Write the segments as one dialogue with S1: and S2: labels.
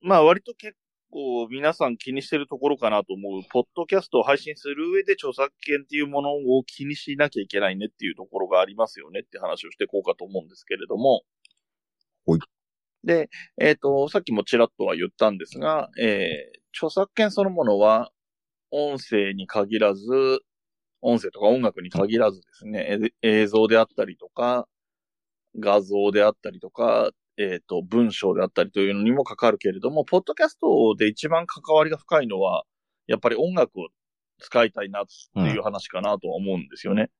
S1: まあ割と結構皆さん気にしてるところかなと思う、ポッドキャストを配信する上で著作権っていうものを気にしなきゃいけないねっていうところがありますよねって話をしていこうかと思うんですけれども。
S2: ほい
S1: で、えっ、と、さっきもちらっとは言ったんですが、えー著作権そのものは音声に限らず、音声とか音楽に限らずですね、え映像であったりとか、画像であったりとか、えっ、と、文章であったりというのにも関わるけれども、ポッドキャストで一番関わりが深いのは、やっぱり音楽を使いたいなっていう話かなとは思うんですよね。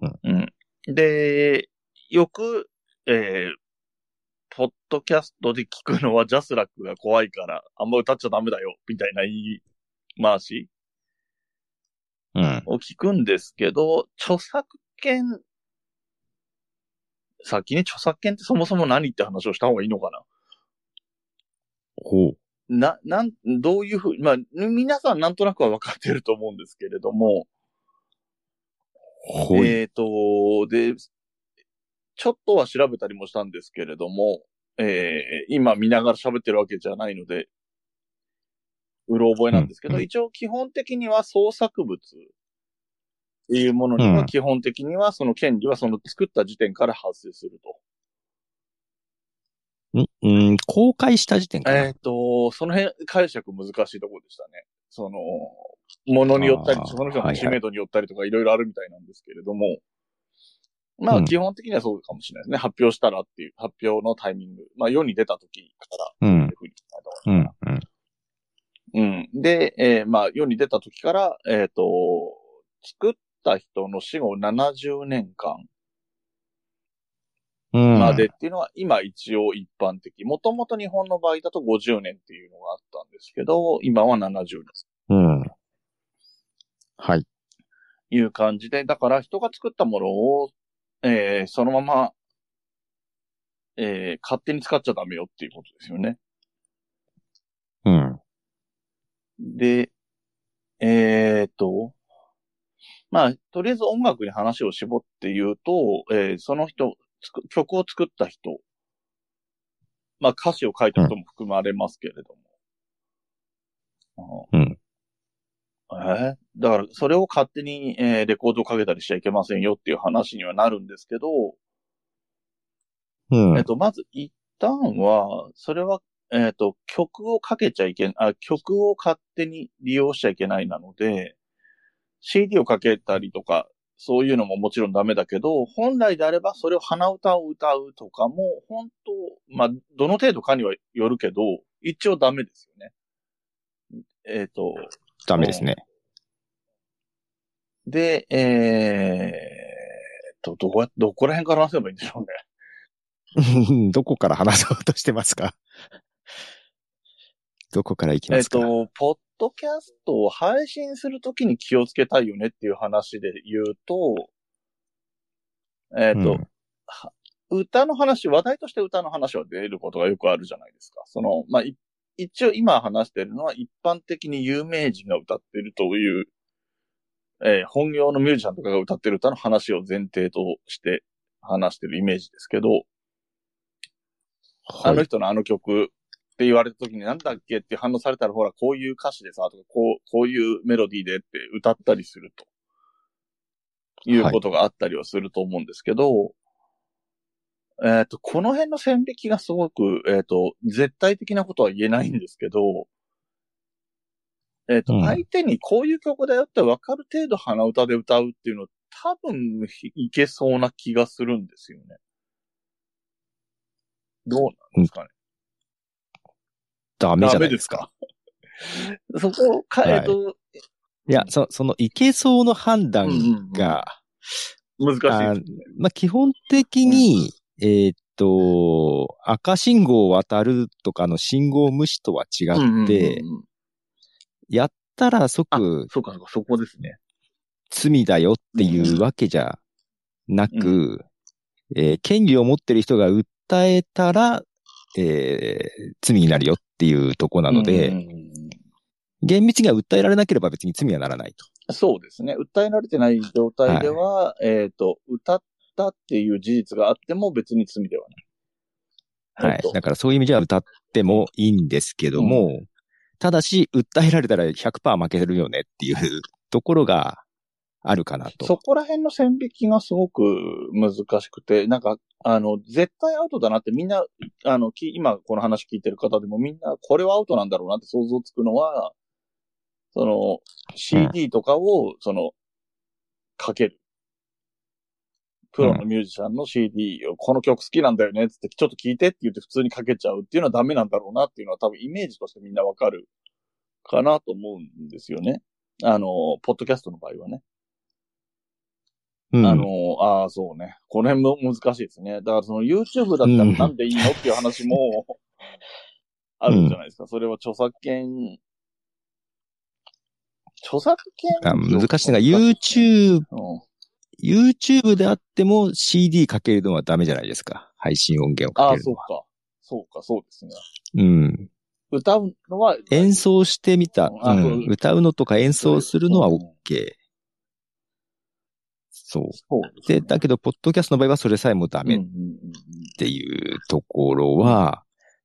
S2: うん。
S1: うん、で、よく、えーポッドキャストで聞くのはジャスラックが怖いから、あんま歌っちゃダメだよ、みたいな言い回し
S2: うん。
S1: を聞くんですけど、著作権、先に著作権ってそもそも何って話をした方がいいのか
S2: ほう。
S1: なな、なん、どういうふう、まあ、皆さんなんとなくは分かってると思うんですけれども、
S2: ほい。
S1: えっ、と、で、ちょっとは調べたりもしたんですけれども、えー今見ながら喋ってるわけじゃないので、うろ覚えなんですけど、
S2: うん
S1: 一応基本的には創作物っていうものに
S2: う
S1: は
S2: ん
S1: 基本的にはその権利はその作った時点から発生すると。
S2: んうん、公開した時点かな。
S1: えっ、と、その辺解釈難しいところでしたね。その、ものによったり
S2: あ、ー
S1: その人
S2: はいは
S1: の
S2: い
S1: 知名度によったりとかいろいろあるみたいなんですけれども、ま
S2: う
S1: あ
S2: ん
S1: 基本的にはそうかもしれないですね。発表したらっていう、発表のタイミング。まあ世に出た時から、
S2: う
S1: っ
S2: ん
S1: てい。ふうに
S2: うん。うん。
S1: うん。で、えーまあ、世に出た時から、えっ、と、作った人の死後70年間
S2: うん。
S1: までっていうのは、今一応一般的。もともと日本の場合だと50年っていうのがあったんですけど、今は70年。
S2: うん。はい。
S1: いう感じで、だから人が作ったものを、えーそのまま、えー勝手に使っちゃダメよっていうことですよね。
S2: うん。
S1: で、えーっと、まあ、とりあえず音楽に話を絞って言うと、えーその人、つく曲を作った人、まあ歌詞を書いた人も含まれますけれども。
S2: うん
S1: あえーだから、それを勝手に、えーレコードをかけたりしちゃいけませんよっていう話にはなるんですけど、
S2: うん。
S1: えっと、まず一旦は、それは、えっと、曲をかけちゃいけん、あ、曲を勝手に利用しちゃいけないなので、CD をかけたりとか、そういうのももちろんダメだけど、本来であればそれを鼻歌を歌うとかも、本当まあ、どの程度かにはよるけど、一応ダメですよね。えっ、と、
S2: ダメですね。
S1: で、えー、と、どこや、どこら辺から話せばいいんでしょうね。
S2: どこから話そうとしてますか どこから行
S1: え
S2: きま
S1: っ
S2: すか、
S1: と、ポッドキャストを配信するときに気をつけたいよねっていう話で言うと、えっ、と、歌の話、話題として歌の話は出ることがよくあるじゃないですか。その、まあ、い一応今話してるのは一般的に有名人が歌ってるという、えー本業のミュージシャンとかが歌ってる歌の話を前提として話してるイメージですけど、
S2: は
S1: あ
S2: い
S1: の人のあの曲って言われた時になんだっけって反応されたら、ほら、こういう歌詞でさ、とか、こう、こういうメロディーでって歌ったりすると。いうことがあったりはすると思うんですけど、えっ、と、この辺の線引きがすごく、えっ、と、絶対的なことは言えないんですけど、えっ、と、
S2: うん
S1: 相手にこういう曲だよって分かる程度鼻歌で歌うっていうの、多分いけそうな気がするんですよね。どうなんですかね
S2: ダメじ
S1: ダ
S2: ゃな
S1: メ
S2: い
S1: で
S2: ですす
S1: か
S2: か。。
S1: そこを変えと、
S2: いや、そその、いけそうの判断が、
S1: 難しいです
S2: あまあ、基本的に、えーっと、赤信号を渡るとかの信号無視とは違
S1: うんうんうんうん。
S2: って、やったら即
S1: そうか、そうか、そこですね。
S2: 罪だよっていうわけじゃなく、えー権利を持ってる人が訴えたら、えー罪になるよっていうとこなので、
S1: うんうんうん
S2: 厳密には訴えられなければ別に罪にはならないと。
S1: そうですね。訴えられてない状態では、えっ、と、歌ったっていう事実があっても別に罪ではない。
S2: は
S1: ほん
S2: い
S1: と。
S2: だからそういう意味では歌ってもいいんですけども、ただし、訴えられたら100%負けるよねっていうところがあるかなと。
S1: そこら辺の線引きがすごく難しくて、なんか、あの、絶対アウトだなってみんな、あの、き今この話聞いてる方でもみんなこれはアウトなんだろうなって想像つくのは、その、CD とかを、その、かける。プロのミュージシャンの CD を、この曲好きなんだよねっつって、ちょっと聞いてって言って普通にかけちゃうっていうのはダメなんだろうなっていうのは多分イメージとしてみんなわかるかなと思うんですよね。あの、ポッドキャストの場合はね。
S2: うん
S1: あの、ああ、そうね。この辺も難しいですね。だからその YouTube だったらなんでいいのっていう話 も、あるんじゃないですか。それは著作権、著作
S2: あ
S1: 権
S2: 難しいのが
S1: 難しい
S2: YouTube、
S1: うん
S2: YouTube であっても CD かけるのはダメじゃないですか。配信音源をか
S1: あ
S2: け
S1: あ、
S2: る
S1: そ
S2: の
S1: う
S2: は。
S1: か。そうか、そうですね。
S2: うん。
S1: 歌うのは、
S2: 演奏してみた、
S1: あ
S2: うん
S1: そう
S2: 歌うのとか演奏するのは
S1: うん
S2: OK。そ
S1: そ
S2: う。
S1: うです
S2: で、
S1: ね。
S2: だけど、ポッドキャストの場合はそれさえもダメ
S1: う
S2: っ
S1: んうんうん
S2: っていうところは、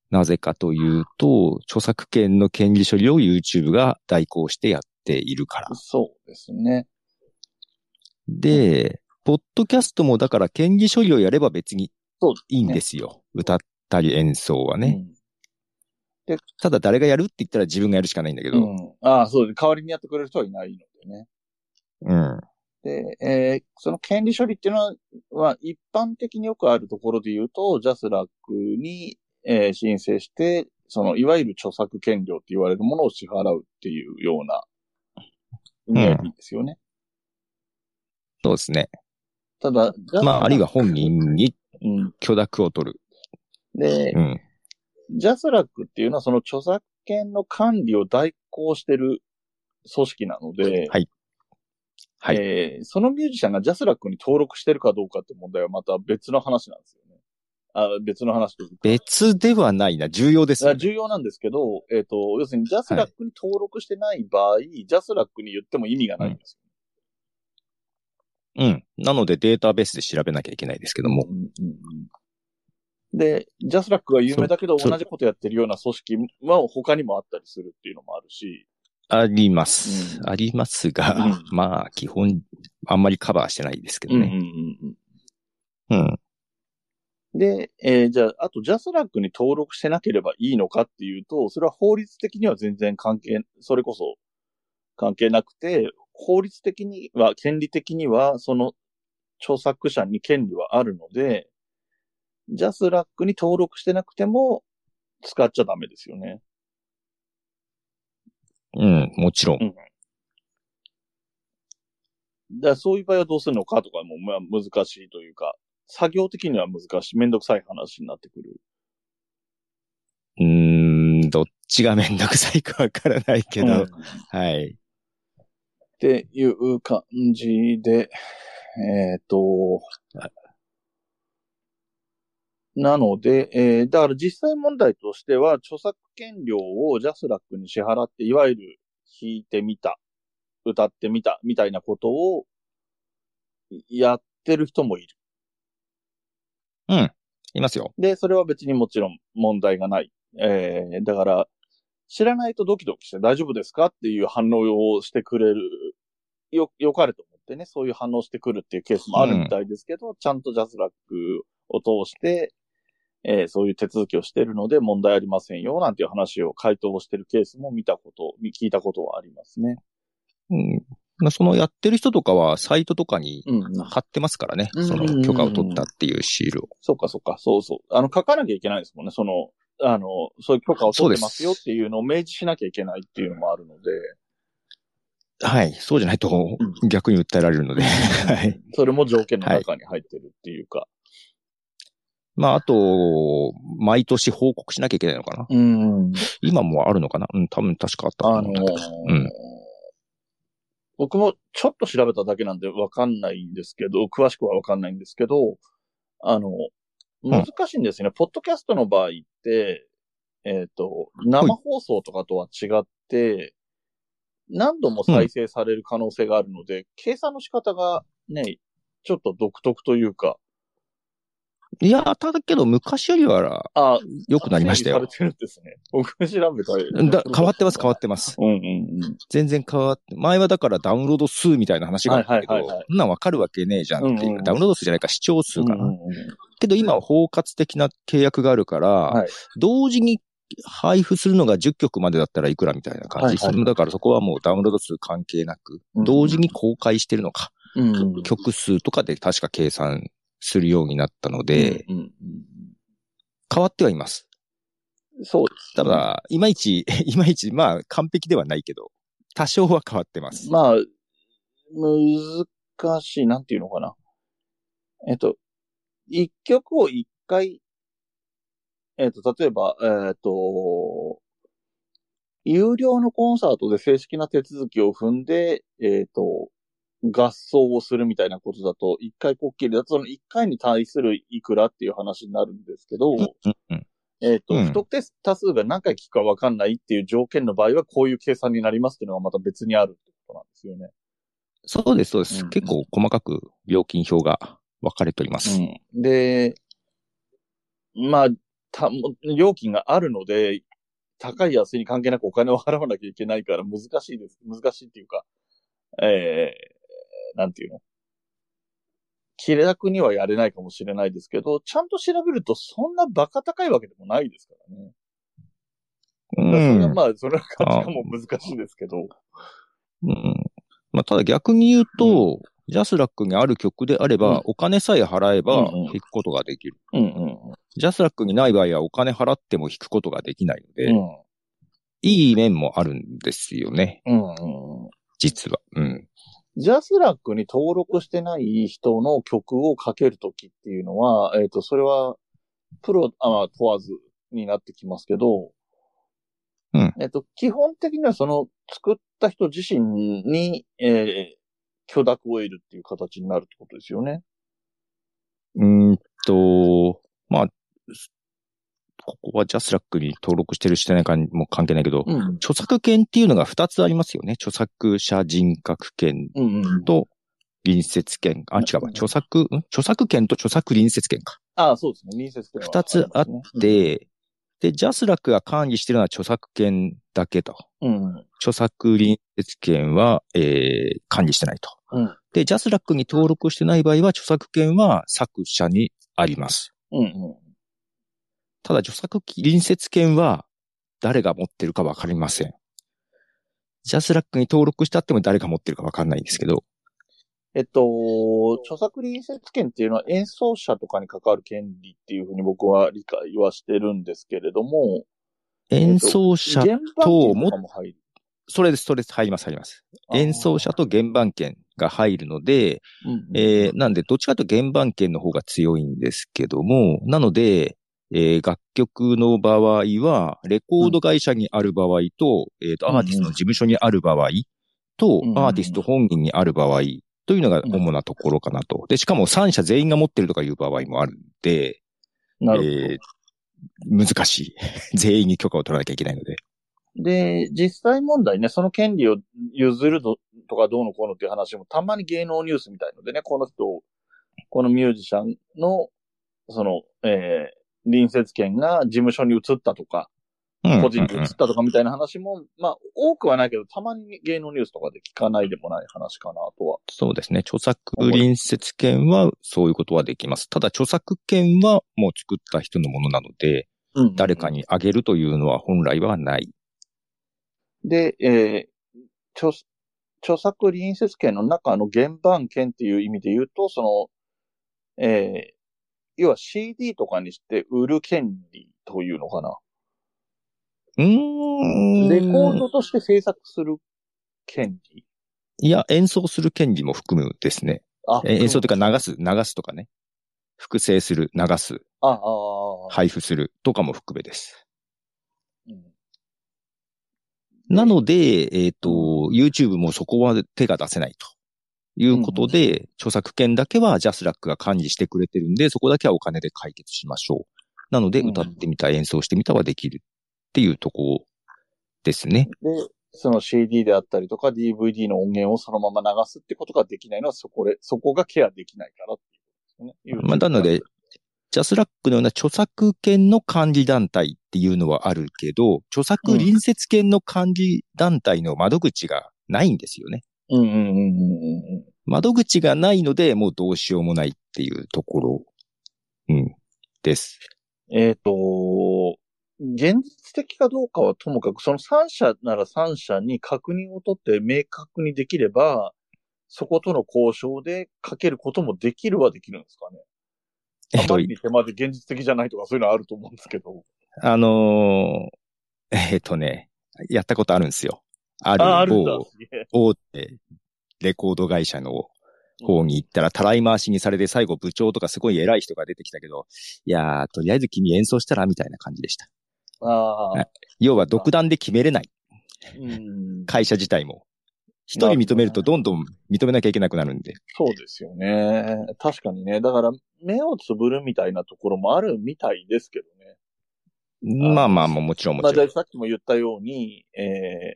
S2: なぜかというと、著作権の権利処理を YouTube が代行してやっているから
S1: うん、。そうですね。
S2: で、ポッドキャストもだから権利処理をやれば別に
S1: そう
S2: いいんですすよ。歌ったり演奏は
S1: ね。
S2: ね。ただ誰がやるって言ったら自分がやるしかないんだけ
S1: う
S2: ど。
S1: ん。うん。ああ、そうです。代わりにやってくれる人はいないのでね。
S2: うん。
S1: で、えーその権利処理っていうのは、は一般的によくあるところで言うと、ジャスラックに、えー申請して、その、いわゆる著作権料って言われるものを支払うっていうような、イメージですよね。
S2: そうですね。
S1: ただ、ジャス
S2: ま
S1: ラッ
S2: あ、
S1: ク
S2: あるいは本人に
S1: うん。
S2: 許諾を取る。
S1: で、
S2: うん。
S1: ジャスラックっていうのはその著作権の管理を代行してる組織なので、
S2: はいはい
S1: えーそのミュージシャンがジャスラックに登録してるかどうかって問題はまた別の話なんですよね。あ別の話というか
S2: 別ではないな。重要ですよ
S1: あ
S2: ね、
S1: 重要なんですけど、えっ、と、要するにジャスラックに登録してない場合、ジャスラックに言っても意味がないんです
S2: うん。なのでデータベースで調べなきゃいけないですけど
S1: よ。
S2: も。
S1: うんうんうんで、ジャスラックが有名だけど
S2: そ
S1: 同じことやってるような組織は他にもあったりするっていうのもあるし、
S2: あります。
S1: うん
S2: ありますが、
S1: うん
S2: まあ、基本、あんまりカバーしてないですけど
S1: うんうん
S2: ね。
S1: うん
S2: うん。
S1: うんで、えーじゃあ、あとジャスラックに登録してなければいいのかっていうと、それは法律的には全然関係、それこそ関係なくて、法律的には、権利的には、その著作者に権利はあるので、ジャスラックに登録してなくても使っちゃダメですよね。
S2: うん、もちろん。
S1: だからそういう場合はどうするのかとかも、まあ、難しいというか、作業的には難しい、めんどくさい話になってくる。
S2: うーん、どっちがめんどくさいかわからないけど、
S1: うん
S2: はい。
S1: っていう感じで、えっ、と
S2: はい、
S1: なので、えーだから実際問題としては、著作権料をジャスラックに支払って、いわゆる弾いてみた、歌ってみた、みたいなことをやってる人もいる。
S2: いますよ。
S1: で、それは別にもちろん問題がない。えーだから、知らないとドキドキして大丈夫ですかっていう反応をしてくれる、よ、よかれと思ってね、そういう反応してくるっていうケースもあるみたいですけど、ちゃんとジャスラックを通して、えーそういう手続きをしてるので問題ありませんよ、なんていう話を回答をしてるケースも見たこと、み聞いたことはありますね。
S2: うんまあ、そのやってる人とかは、サイトとかに
S1: うん、
S2: 貼ってますからね。
S1: うん
S2: その許可を取ったっていうシールを。
S1: そうか、そうか、そうそう。あの、書かなきゃいけないですもんね。その、あの、そういう許可を取ってますよっていうのを明示しなきゃいけないっていうのもあるので。
S2: はい。そうじゃないと、
S1: う
S2: 逆に訴えられるので。はい。
S1: それも条件の中に入ってるっていうか。
S2: まあ、あと、毎年報告しなきゃいけないのかな。
S1: うん。
S2: 今もあるのかなうん、多分確かあったと
S1: あ
S2: 思
S1: の
S2: うん
S1: ー
S2: だけど。うん
S1: 僕もちょっと調べただけなんでわかんないんですけど、詳しくはわかんないんですけど、あの、難しいんですよね。ポッドキャストの場合って、えっ、と、生放送とかとは違って、何度も再生される可能性があるので、計算の仕方がね、ちょっと独特というか、
S2: いや、ただけど昔よりは
S1: あ、
S2: 良くなりましたよ。
S1: 整理されてるんですね。僕調べた
S2: だ変わってます、変わ
S1: っ
S2: ってます。
S1: うんうんうん。
S2: 全然変わって、前はだからダウンロード数みたいな話があったけど、
S1: はいはいはいはい
S2: そんなんわかるわけねえじゃんっていう、
S1: うんうん
S2: ダウンロード数じゃないか、視聴数かな。
S1: うんうんうん
S2: けど今は包括的な契約があるから、
S1: はい
S2: 同時に配布するのが10曲までだったらいくらみたいな感じ。
S1: はいはい
S2: だからそこはもうダウンロード数関係なく、
S1: うん
S2: 同時に公開してるのか、
S1: うん
S2: 曲数とかで確か計算するようになったので、
S1: うんうん
S2: 変わってはいます。
S1: うんそうです。
S2: ただ、いまいち、 いまいち、まあ完璧ではないけど、多少は変わってます。
S1: まあ、難しい、なんていうのかな。えっと、一曲を一回、えっと、例えば、えっと、有料のコンサートで正式な手続きを踏んで、えっと、合奏をするみたいなことだと、一回こっきりだと、その一回に対するいくらっていう話になるんですけど、
S2: うんうん
S1: えっ、と、
S2: うん
S1: 不特定多数が何回聞くか分かんないっていう条件の場合は、こういう計算になりますっていうのがまた別にあるってことなんですよね。
S2: そうです、そうです。
S1: うんうん
S2: 結構細かく料金表が分かれております。
S1: うん、で、まあ、た、料金があるので、高い安いに関係なくお金を払わなきゃいけないから難しいです。難しいっていうか、えー、なんていうの。気楽にはやれないかもしれないですけど、ちゃんと調べるとそんなバカ高いわけでもないですからね。だからそれはまあ、それは価値観も難しいですけど。
S2: うんまあ、ただ逆に言うと、ジャスラックにある曲であれば、
S1: うん
S2: お金さえ払えば
S1: うんうん
S2: 弾くことができる。
S1: うんうん
S2: ジャスラックにない場合はお金払っても弾くことができないので、
S1: うん。
S2: いい面もあるんですよね、
S1: うんうん。
S2: 実は。うん。
S1: ジャスラックに登録してない人の曲をかけるときっていうのは、えっ、と、それは、プロ、あ、まあ問わずになってきますけど、
S2: うん
S1: えっ、と、基本的にはその、作った人自身に、えー許諾を得るっていう形になるってことですよね。
S2: うーんと、まあ、ここはジャスラックに登録してるしてないかにも関係ないけど、
S1: うん。
S2: 著作権っていうのが2つありますよね。著作者人格権
S1: うんうん。
S2: と隣接権。あ、違うわ。著作、ん著作権と著作隣接権か。
S1: ああ、そうですね。隣接点は
S2: 二つあっ
S1: りますね、
S2: で、で、ジャスラックが管理してるのは著作権だけと。
S1: うん。うん
S2: 著作隣接権は、えー管理してないと。
S1: うん
S2: で、ジャスラックに登録してない場合は、著作権は作者にあります。
S1: うんうん。
S2: ただ、著作隣接権は、誰が持ってるかわかりません。ジャスラックに登録してあっても誰が持ってるかわかんないんですけど、
S1: えっと、著作隣接権っていうのは演奏者とかに関わる権利っていうふうに僕は理解はしてるんですけれども、
S2: 演奏者、
S1: 現場とかも入る。
S2: それです、それです、入ります、入ります。演奏者と原盤権が入るので、
S1: あー、うん
S2: えーなんで、どっちかというと原版権の方が強いんですけども、なので、えー楽曲の場合は、レコード会社にある場合と、えっ、と、
S1: うん
S2: アーティストの事務所にある場合と、
S1: うん
S2: アーティスト本人にある場合というのが主なところかなと。で、しかも3社全員が持ってるとかいう場合もあるんで、
S1: なるほど、
S2: えー難しい。 全員に許可を取らなきゃいけないので。
S1: で、実際問題ね、その権利を譲るととかどうのこうのっていう話もたまに芸能ニュースみたいのでね、この人を、このミュージシャンの、その、えー隣接権が事務所に移ったとか、
S2: うん
S1: 個人に移
S2: うんうん
S1: ったとかみたいな話も、まあ、多くはないけど、たまに芸能ニュースとかで聞かないでもない話かなとは。
S2: そうですね。著作隣接権はそういうことはできます。ただ著作権はもう作った人のものなので、誰か。にあげるというのは本来はない。
S1: で、えー著、著作隣接権の中の原版権っていう意味で言うと、その、えー要は CD とかにして売る権利というのかな。
S2: うーん。
S1: レコードとして制作する権利。
S2: いや、演奏する権利も含むですね。
S1: あ
S2: え演奏というか流す、流すとかね。複製する、流す、
S1: あ、ああ、い。
S2: 配布するとかも含めです。
S1: うん
S2: なので、えっ、と、YouTube もそこは手が出せないと。いうことで、著作権だけはジャスラックが管理してくれてるんで、そこだけはお金で解決しましょう。なので、
S1: うん
S2: 歌ってみた、演奏してみたはできるっていうとこですね。
S1: で、その CD であったりとか DVD の音源をそのまま流すってことができないのはそこで、そこがケアできないからっていうことですね。
S2: まあ、なので、ジャスラックのような著作権の管理団体っていうのはあるけど、著作隣接権の管理団体の窓口がないんですよね。
S1: うんうんうんうんうん。
S2: 窓口がないので、もうどうしようもないっていうところ、うん、です。
S1: えっ、と、現実的かどうかはともかく、その3社なら3社に確認を取って明確にできれば、そことの交渉でかけることもできるはできるんですかね。
S2: えっ
S1: あ
S2: と
S1: まり、に手間で現実的じゃないとかそういうのあると思うんですけど。
S2: あのー えっとね、やったことあるんですよ。あ
S1: あ、あ
S2: る
S1: るんだ。
S2: 某
S1: すげえ
S2: 大手レコード会社の方に行ったら、たらい回しにされて最後部長とかすごい偉い人が出てきたけど、いやー、とりあえず君演奏したらみたいな感じでした。
S1: ああ、
S2: 要は独断で決めれない。
S1: うん。
S2: 会社自体も。一人認めるとどんどん認めなきゃいけなくなるんで。
S1: そうですよね。確かにね。だから、目をつぶるみたいなところもあるみたいですけどね。
S2: まあまあまあ、もちろん
S1: ま
S2: も
S1: あ、
S2: ちろ
S1: で
S2: ん。
S1: さっきも言ったように、えー、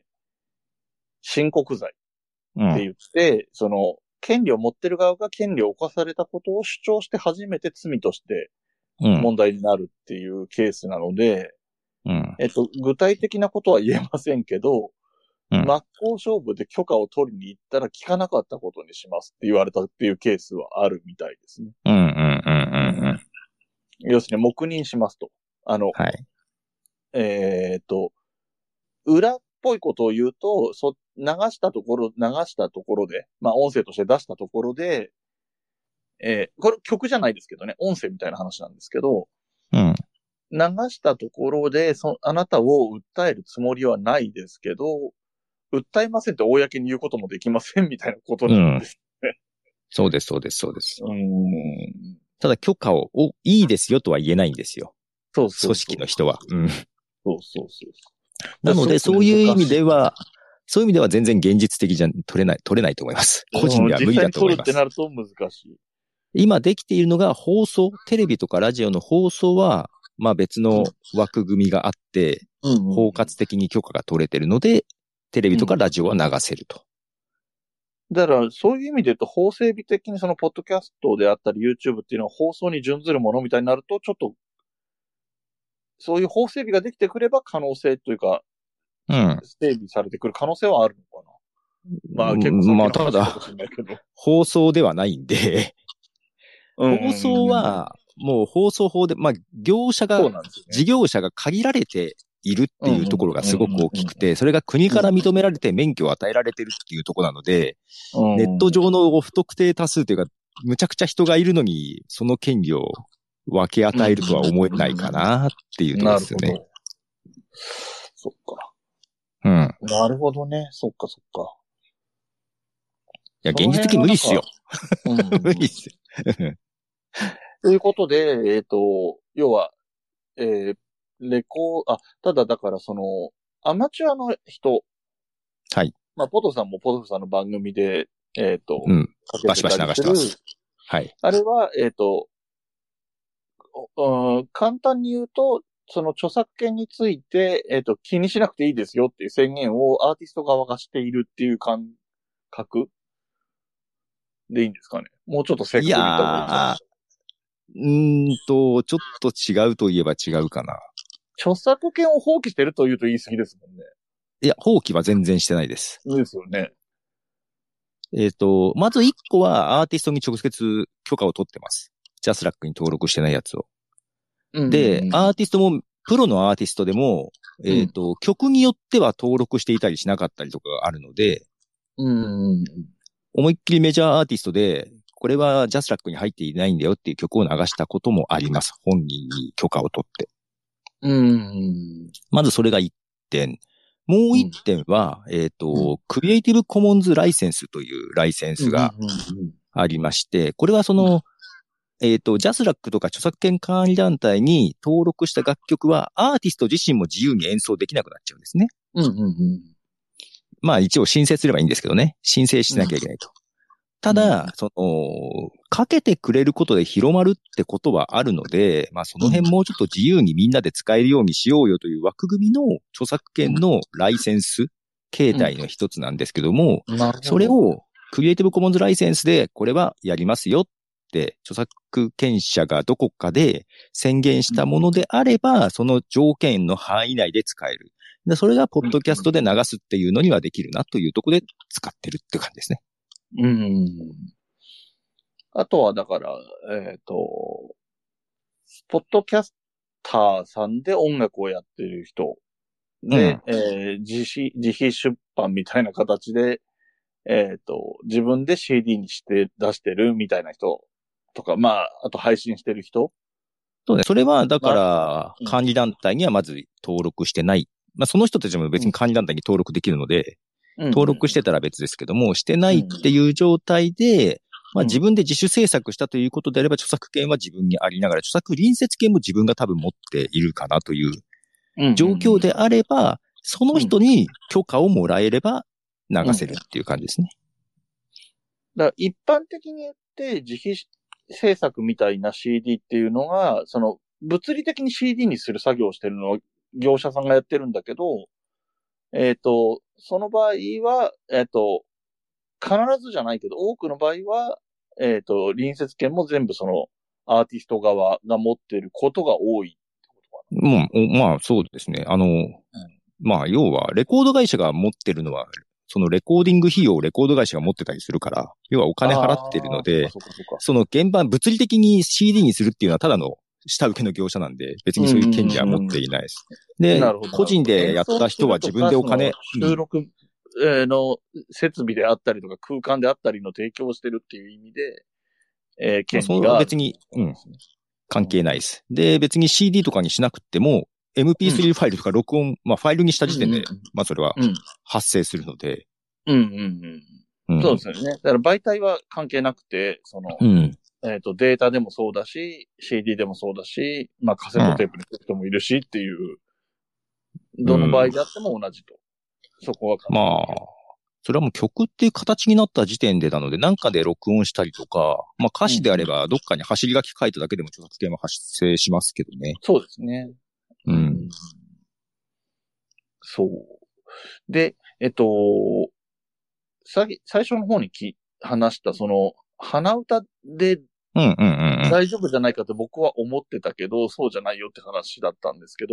S1: 申告罪。
S2: う
S1: って
S2: ん。
S1: 言って、その、権利を持ってる側が権利を犯されたことを主張して初めて罪として
S2: うん。
S1: 問題になるっていうケースなので、
S2: うん。
S1: えっと、具体的なことは言えませんけど、
S2: うん
S1: 真っ向勝負で許可を取りに行ったら聞かなかったことにしますって言われたっていうケースはあるみたいですね。
S2: うん。うん。うん。うん。
S1: 要するに黙認しますと。あの、
S2: はい。
S1: えっと、裏っぽいことを言うと、そ、流したところ、流したところで、まあ音声として出したところで、えーこれ曲じゃないですけどね、音声みたいな話なんですけど、
S2: うん。
S1: 流したところで、そ、あなたを訴えるつもりはないですけど、訴えませんって公に言うこともできませんみたいなことなんです。
S2: そうです、そうです、そうです。
S1: うん。
S2: ただ許可を、お、いいですよとは言えないんですよ。
S1: そうそうそう
S2: 組織の。人は。うん。
S1: そうそうそう。
S2: なので、
S1: すご
S2: そ
S1: く
S2: う
S1: 難し
S2: いう意味では、そういう意味では全然現実的じゃ、取れない、取れないと思います。個人では無理だと思いま
S1: 実際に取るって
S2: す。
S1: なると難しい。
S2: 今できているのが放送、テレビとかラジオの放送は、まあ別の枠組みがあって、
S1: うんうん
S2: 包括的に許可が取れてるので、テレビとかラジオは流せると。
S1: だから、そういう意味で言うと、法整備的にその、ポッドキャストであったり、YouTube っていうのは放送に準ずるものみたいになると、ちょっと、そういう法整備ができてくれば可能性というか、
S2: うん。
S1: 整備されてくる可能性はあるのかな。まあ、
S2: うん
S1: 結構先の
S2: まあ
S1: 話
S2: ただ
S1: かもしれないけど、
S2: 放送ではないんで、
S1: うんうんうん
S2: 放送、は、もう放送法で、まあ業者が
S1: そうなんですよね。
S2: 事業者が限られているっていうところがすごく大きくて、それが国から認められて免許を与えられてるっていうところなので、ネット上の不特定多数というか、むちゃくちゃ人がいるのに、その権利を分け与えるとは思えないかなっていうとこ
S1: な
S2: ろ
S1: る
S2: です
S1: ほ
S2: よね。
S1: ど。そっか。
S2: うん。い
S1: なるほどね。そっかそっか。
S2: や、現実的に無理っすよ。
S1: うんうんうん
S2: 無理っすよ。
S1: ということで、えっ、と、要は、えーレコー、あ、ただだからその、アマチュアの人。
S2: はい。
S1: まあ、ポトフさんもポトフさんの番組で、えっ、と、
S2: うん。
S1: かけ
S2: バシバシ流してます
S1: る。
S2: はい。
S1: あれは、えっ、と、おうん簡単に言うと、その著作権について、えっ、と、気にしなくていいですよっていう宣言をアーティスト側がしているっていう感覚でいいんですかね。もうちょっと正確
S2: い
S1: に言った方がいいですか
S2: やー、うーんと、ちょっと違うといえば違うかな。
S1: 著作権を放棄してると言うと言い過ぎですもんね。
S2: いや、放棄は全然してないです。
S1: そうですよね。
S2: えっ、と、まず一個はアーティストに直接許可を取ってます。ジャスラックに登録してないやつを。で、アーティストも、プロのアーティストでも、えっ、と、曲によっては登録していたりしなかったりとかがあるので、
S1: うん。
S2: 思いっきりメジャーアーティストで、これはジャスラックに入っていないんだよっていう曲を流したこともあります。本人に許可を取って。
S1: うん。
S2: まずそれが一点。もう一点は、えっ、と、クリエイティブコモンズライセンスというライセンスが、ありまして、これはその、えっ、と、ジャスラックとか著作権管理団体に登録した楽曲は、アーティスト自身も自由に演奏できなくなっちゃうんですね。
S1: うん。うん。
S2: まあ一応申請すればいいんですけどね。申請しなきゃいけないと。た
S1: う
S2: だ、その、かけてくれることで広まるってことはあるので、まあその辺もうちょっと自由にみんなで使えるようにしようよという枠組みの著作権のライセンス形態の一つなんですけども、
S1: うん。なるほど
S2: それ、をクリエイティブコモンズライセンスでこれはやりますよっって、著作権者がどこかで宣言したものであれば、その条件の範囲内で使える。でそれが、ポッドキャストで流すっていうのにはできるなというところで使ってるって感じですね。
S1: うん。あとは、だから、えっ、と、ポッドキャスターさんで音楽をやってる人で、えー自費、自費出版みたいな形で、えっ、と、自分で CD にして出してるみたいな人とか、まあ、あと配信してる人
S2: そうね。それは、だか
S1: うん
S2: ら、管理団体にはまず登録してない。まあ、その人たちも別に管理団体に登録できるので、登録してたら別ですけども、してないっていう状態で、まあ
S1: うん
S2: 自分で自主制作したということであれば、著作権は自分にありながら、著作隣接権も自分が多分持っているかなという
S1: うん
S2: 状況であれば、その人に許可をもらえれば流せるっていう感じですね。
S1: だから一般的に言って自費制作みたいな CD っていうのが、その物理的に CD にする作業をしてるのは業者さんがやってるんだけど、えっ、と、その場合は、えっ、と、必ずじゃないけど、多くの場合は、えっ、と、隣接権も全部そのアーティスト側が持ってることが多い。
S2: もう、おまあそうですね。あの、まあ要は、レコード会社が持ってるのは、そのレコーディング費用をレコード会社が持ってたりするから、要はお金払ってるので
S1: あー、そうかそうか
S2: その現場、物理的に CD にするっていうのはただの下請けの業者なんで、別にそういう権利は持っていないです。で
S1: なるほど、
S2: 個人でやった人は自分でお
S1: そ
S2: 金、
S1: うすると収録えーの設備であったりとか空間であったりの提供をしてるっていう意味で、えー、権
S2: そ
S1: 利
S2: う
S1: が。
S2: 別に、うん、関係ないです。で、別に CD とかにしなくても、MP3 ファイルとか録音、まあファイルにした時点で、まあそれは
S1: うん
S2: 発生するので。
S1: うんうん
S2: う
S1: うんん。そうですよね。だから媒体は関係なくて、その、
S2: うん。
S1: えっ、と、データでもそうだし、CD でもそうだし、まあカセットテープにする人もいるしっていう、どの場合であっても同じと。そこは関係ない
S2: まあ、それはもう曲っていう形になった時点でなので、なんかで録音したりとか、まあ歌詞であればどっかに走り書き書いただけでも著作権は発生しますけどね。
S1: そうですね。
S2: うん。。
S1: そう。で、えっと、さぎ最初の方にき話した、その、鼻歌で
S2: うんうんうんうん。
S1: 大丈夫じゃないかと僕は思ってたけど、そうじゃないよって話だったんですけど、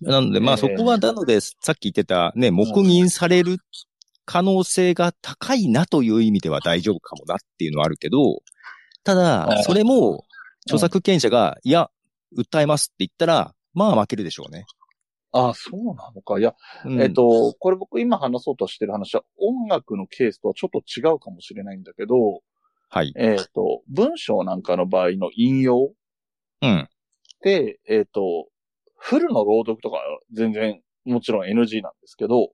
S2: なので、ま
S1: え
S2: あ
S1: ー
S2: そこは、なので、さっき言ってたね、黙認される可能性が高いなという意味では大丈夫かもなっていうのはあるけど、た
S1: う
S2: だ、
S1: ん
S2: それも、著作権者が、いや、訴えますって言ったら、まあ負けるでしょうね。
S1: ああ、そうなのか。いや、
S2: うん
S1: えっ、と、これ僕今話そうとしてる話は音楽のケースとはちょっと違うかもしれないんだけど、
S2: はい。
S1: えっ、と、文章なんかの場合の引用
S2: うん。
S1: で、えっ、と、フルの朗読とかは全然もちろん NG なんですけど、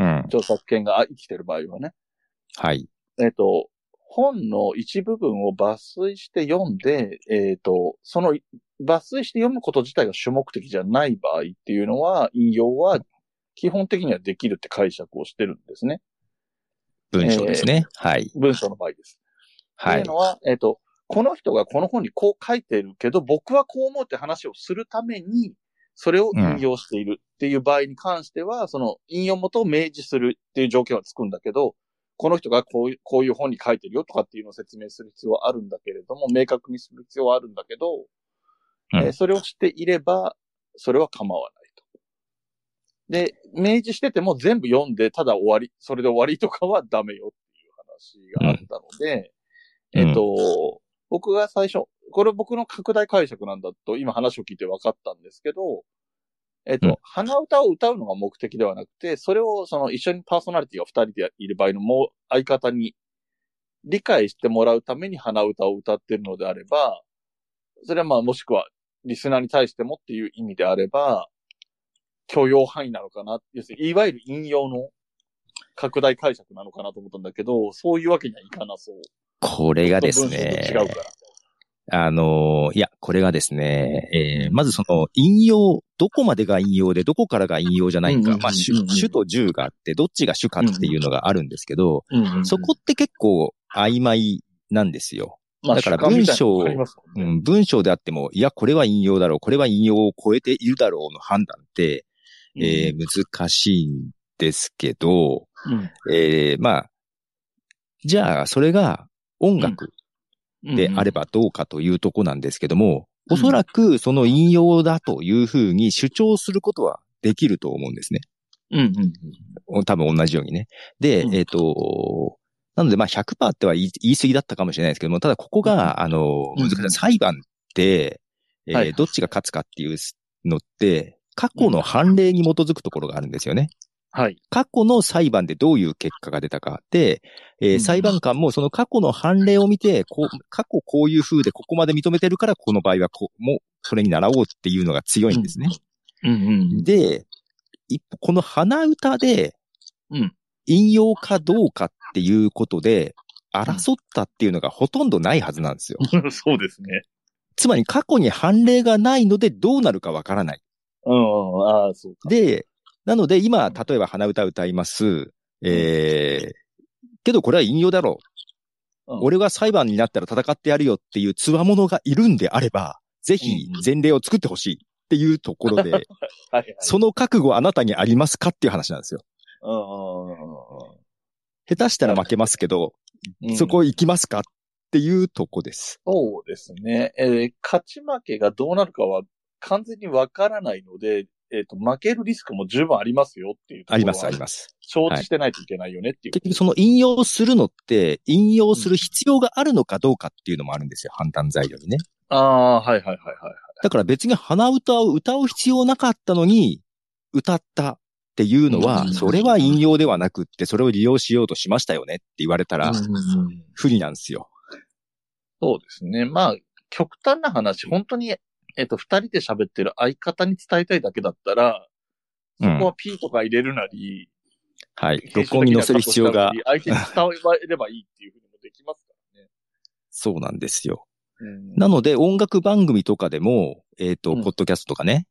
S2: うん。
S1: 著作権が生きてる場合はね。
S2: はい。
S1: えっ、と、本の一部分を抜粋して読んで、えっ、と、その抜粋して読むこと自体が主目的じゃない場合っていうのは、引用は基本的にはできるって解釈をしてるんですね。
S2: 文章ですね。はい。
S1: 文章の場合です。
S2: は
S1: ってい
S2: い
S1: う。のは、えっ、と、この人がこの本にこう書いてるけど、僕はこう思うって話をするために、それを引用しているっていう場合に関しては、その引用元を明示するっていう条件はつくんだけど、この人がこういう、こういう本に書いてるよとかっていうのを説明する必要はあるんだけれども、明確にする必要はあるんだけど、
S2: うん
S1: えーそれをしていれば、それは構わないと。で、明示してても全部読んで、ただ終わり、それで終わりとかはダメよっていう話があったので、
S2: うん
S1: えっ、と、僕が最初、これ僕の拡大解釈なんだと今話を聞いて分かったんですけど、えっ、と、
S2: うん
S1: 鼻歌を歌うのが目的ではなくて、それをその一緒にパーソナリティが二人でいる場合のもう相方に理解してもらうために鼻歌を歌ってるのであれば、それはまあもしくはリスナーに対してもっていう意味であれば、許容範囲なのかな。要するに、いわゆる引用の拡大解釈なのかなと思ったんだけど、そういうわけにはいかなそう。
S2: これがです
S1: ち
S2: ね
S1: ょっと文章と違うから。
S2: あのーいや、これがですね、えーまずその、引用、どこまでが引用で、どこからが引用じゃない
S1: うんうんうんう
S2: か、
S1: ん
S2: まあ、主主と従があって、どっちが主かっていうのがあるんですけど、そこって結構曖昧なんですよ。
S1: まあ
S2: だから
S1: 主観みたいなのがありますも
S2: うん
S1: ね
S2: ん、文章であっても、いや、これは引用だろう、これは引用を超えているだろうの判断って、えー難しいんですけど、
S1: うん
S2: えーまあ、じゃあ、それが音楽、であればどうかというとこなんですけども、おそらくその引用だというふうに主張することはできると思うんですね。
S1: うんうんうん。
S2: 多分同じようにね。で、
S1: うん
S2: えっ、と、なのでまあ100%っては言い言い過ぎだったかもしれないですけども、ただここが、あの、
S1: うん
S2: 難しい。裁判って、えー
S1: はい
S2: どっちが勝つかっていうのって、過去の判例に基づくところがあるんですよね。
S1: はい。
S2: 過去の裁判でどういう結果が出たかで、えー
S1: うん
S2: 裁判官もその過去の判例を見て、こう、過去こういう風でここまで認めてるから、この場合はこう、もう、それに習おうっていうのが強いんですね。
S1: うんうん。
S2: で、一方この鼻歌で
S1: うん、
S2: 引用かどうかっていうことで、争ったっていうのがほとんどないはずなんですよ。
S1: そうですね。
S2: つまり過去に判例がないのでどうなるかわからない。
S1: うんうん。ああ、そうか。
S2: で、なので今、例えば鼻歌歌います。えー、けどこれは引用だろ
S1: うん
S2: う。俺が裁判になったら戦ってやるよっていう強者がいるんであれば、ぜひ前例を作ってほしいっていうところ で、
S1: はいはい。
S2: その覚悟あなたにありますかっていう話なんですよ。
S1: うんうん
S2: 下手したら負けますけど、
S1: うんうん
S2: そこ行きますかっていうとこです。
S1: そうですね。えー勝ち負けがどうなるかは完全にわからないので、えっ、と、負けるリスクも十分ありますよっていうところは
S2: あります、あります。
S1: 承知してないといけないよねっていう。
S2: 結局その引用するのって、引用する必要があるのかどうかっていうのもあるんですよ、判断材料にね。
S1: ああー、はいはいはいはい。
S2: だから別に鼻歌を歌う必要なかったのに、歌ったっていうの
S1: う
S2: は、
S1: ん
S2: それは引用ではなくって、それを利用しようとしましたよねって言われたら、不利なんですよ。
S1: そうですね。まあ、極端な話、本当に、えっ、と、二人で喋ってる相方に伝えたいだけだったら、
S2: う
S1: そこ
S2: ん
S1: は。P とか入れるなり、
S2: はい。録音に載せる必要が、
S1: 相手に伝えればいいっていうふうにもできますか
S2: そうなんですよ。
S1: らね。
S2: なので音楽番組とかでも、えっ、と、
S1: うん
S2: ポッドキャストとかね、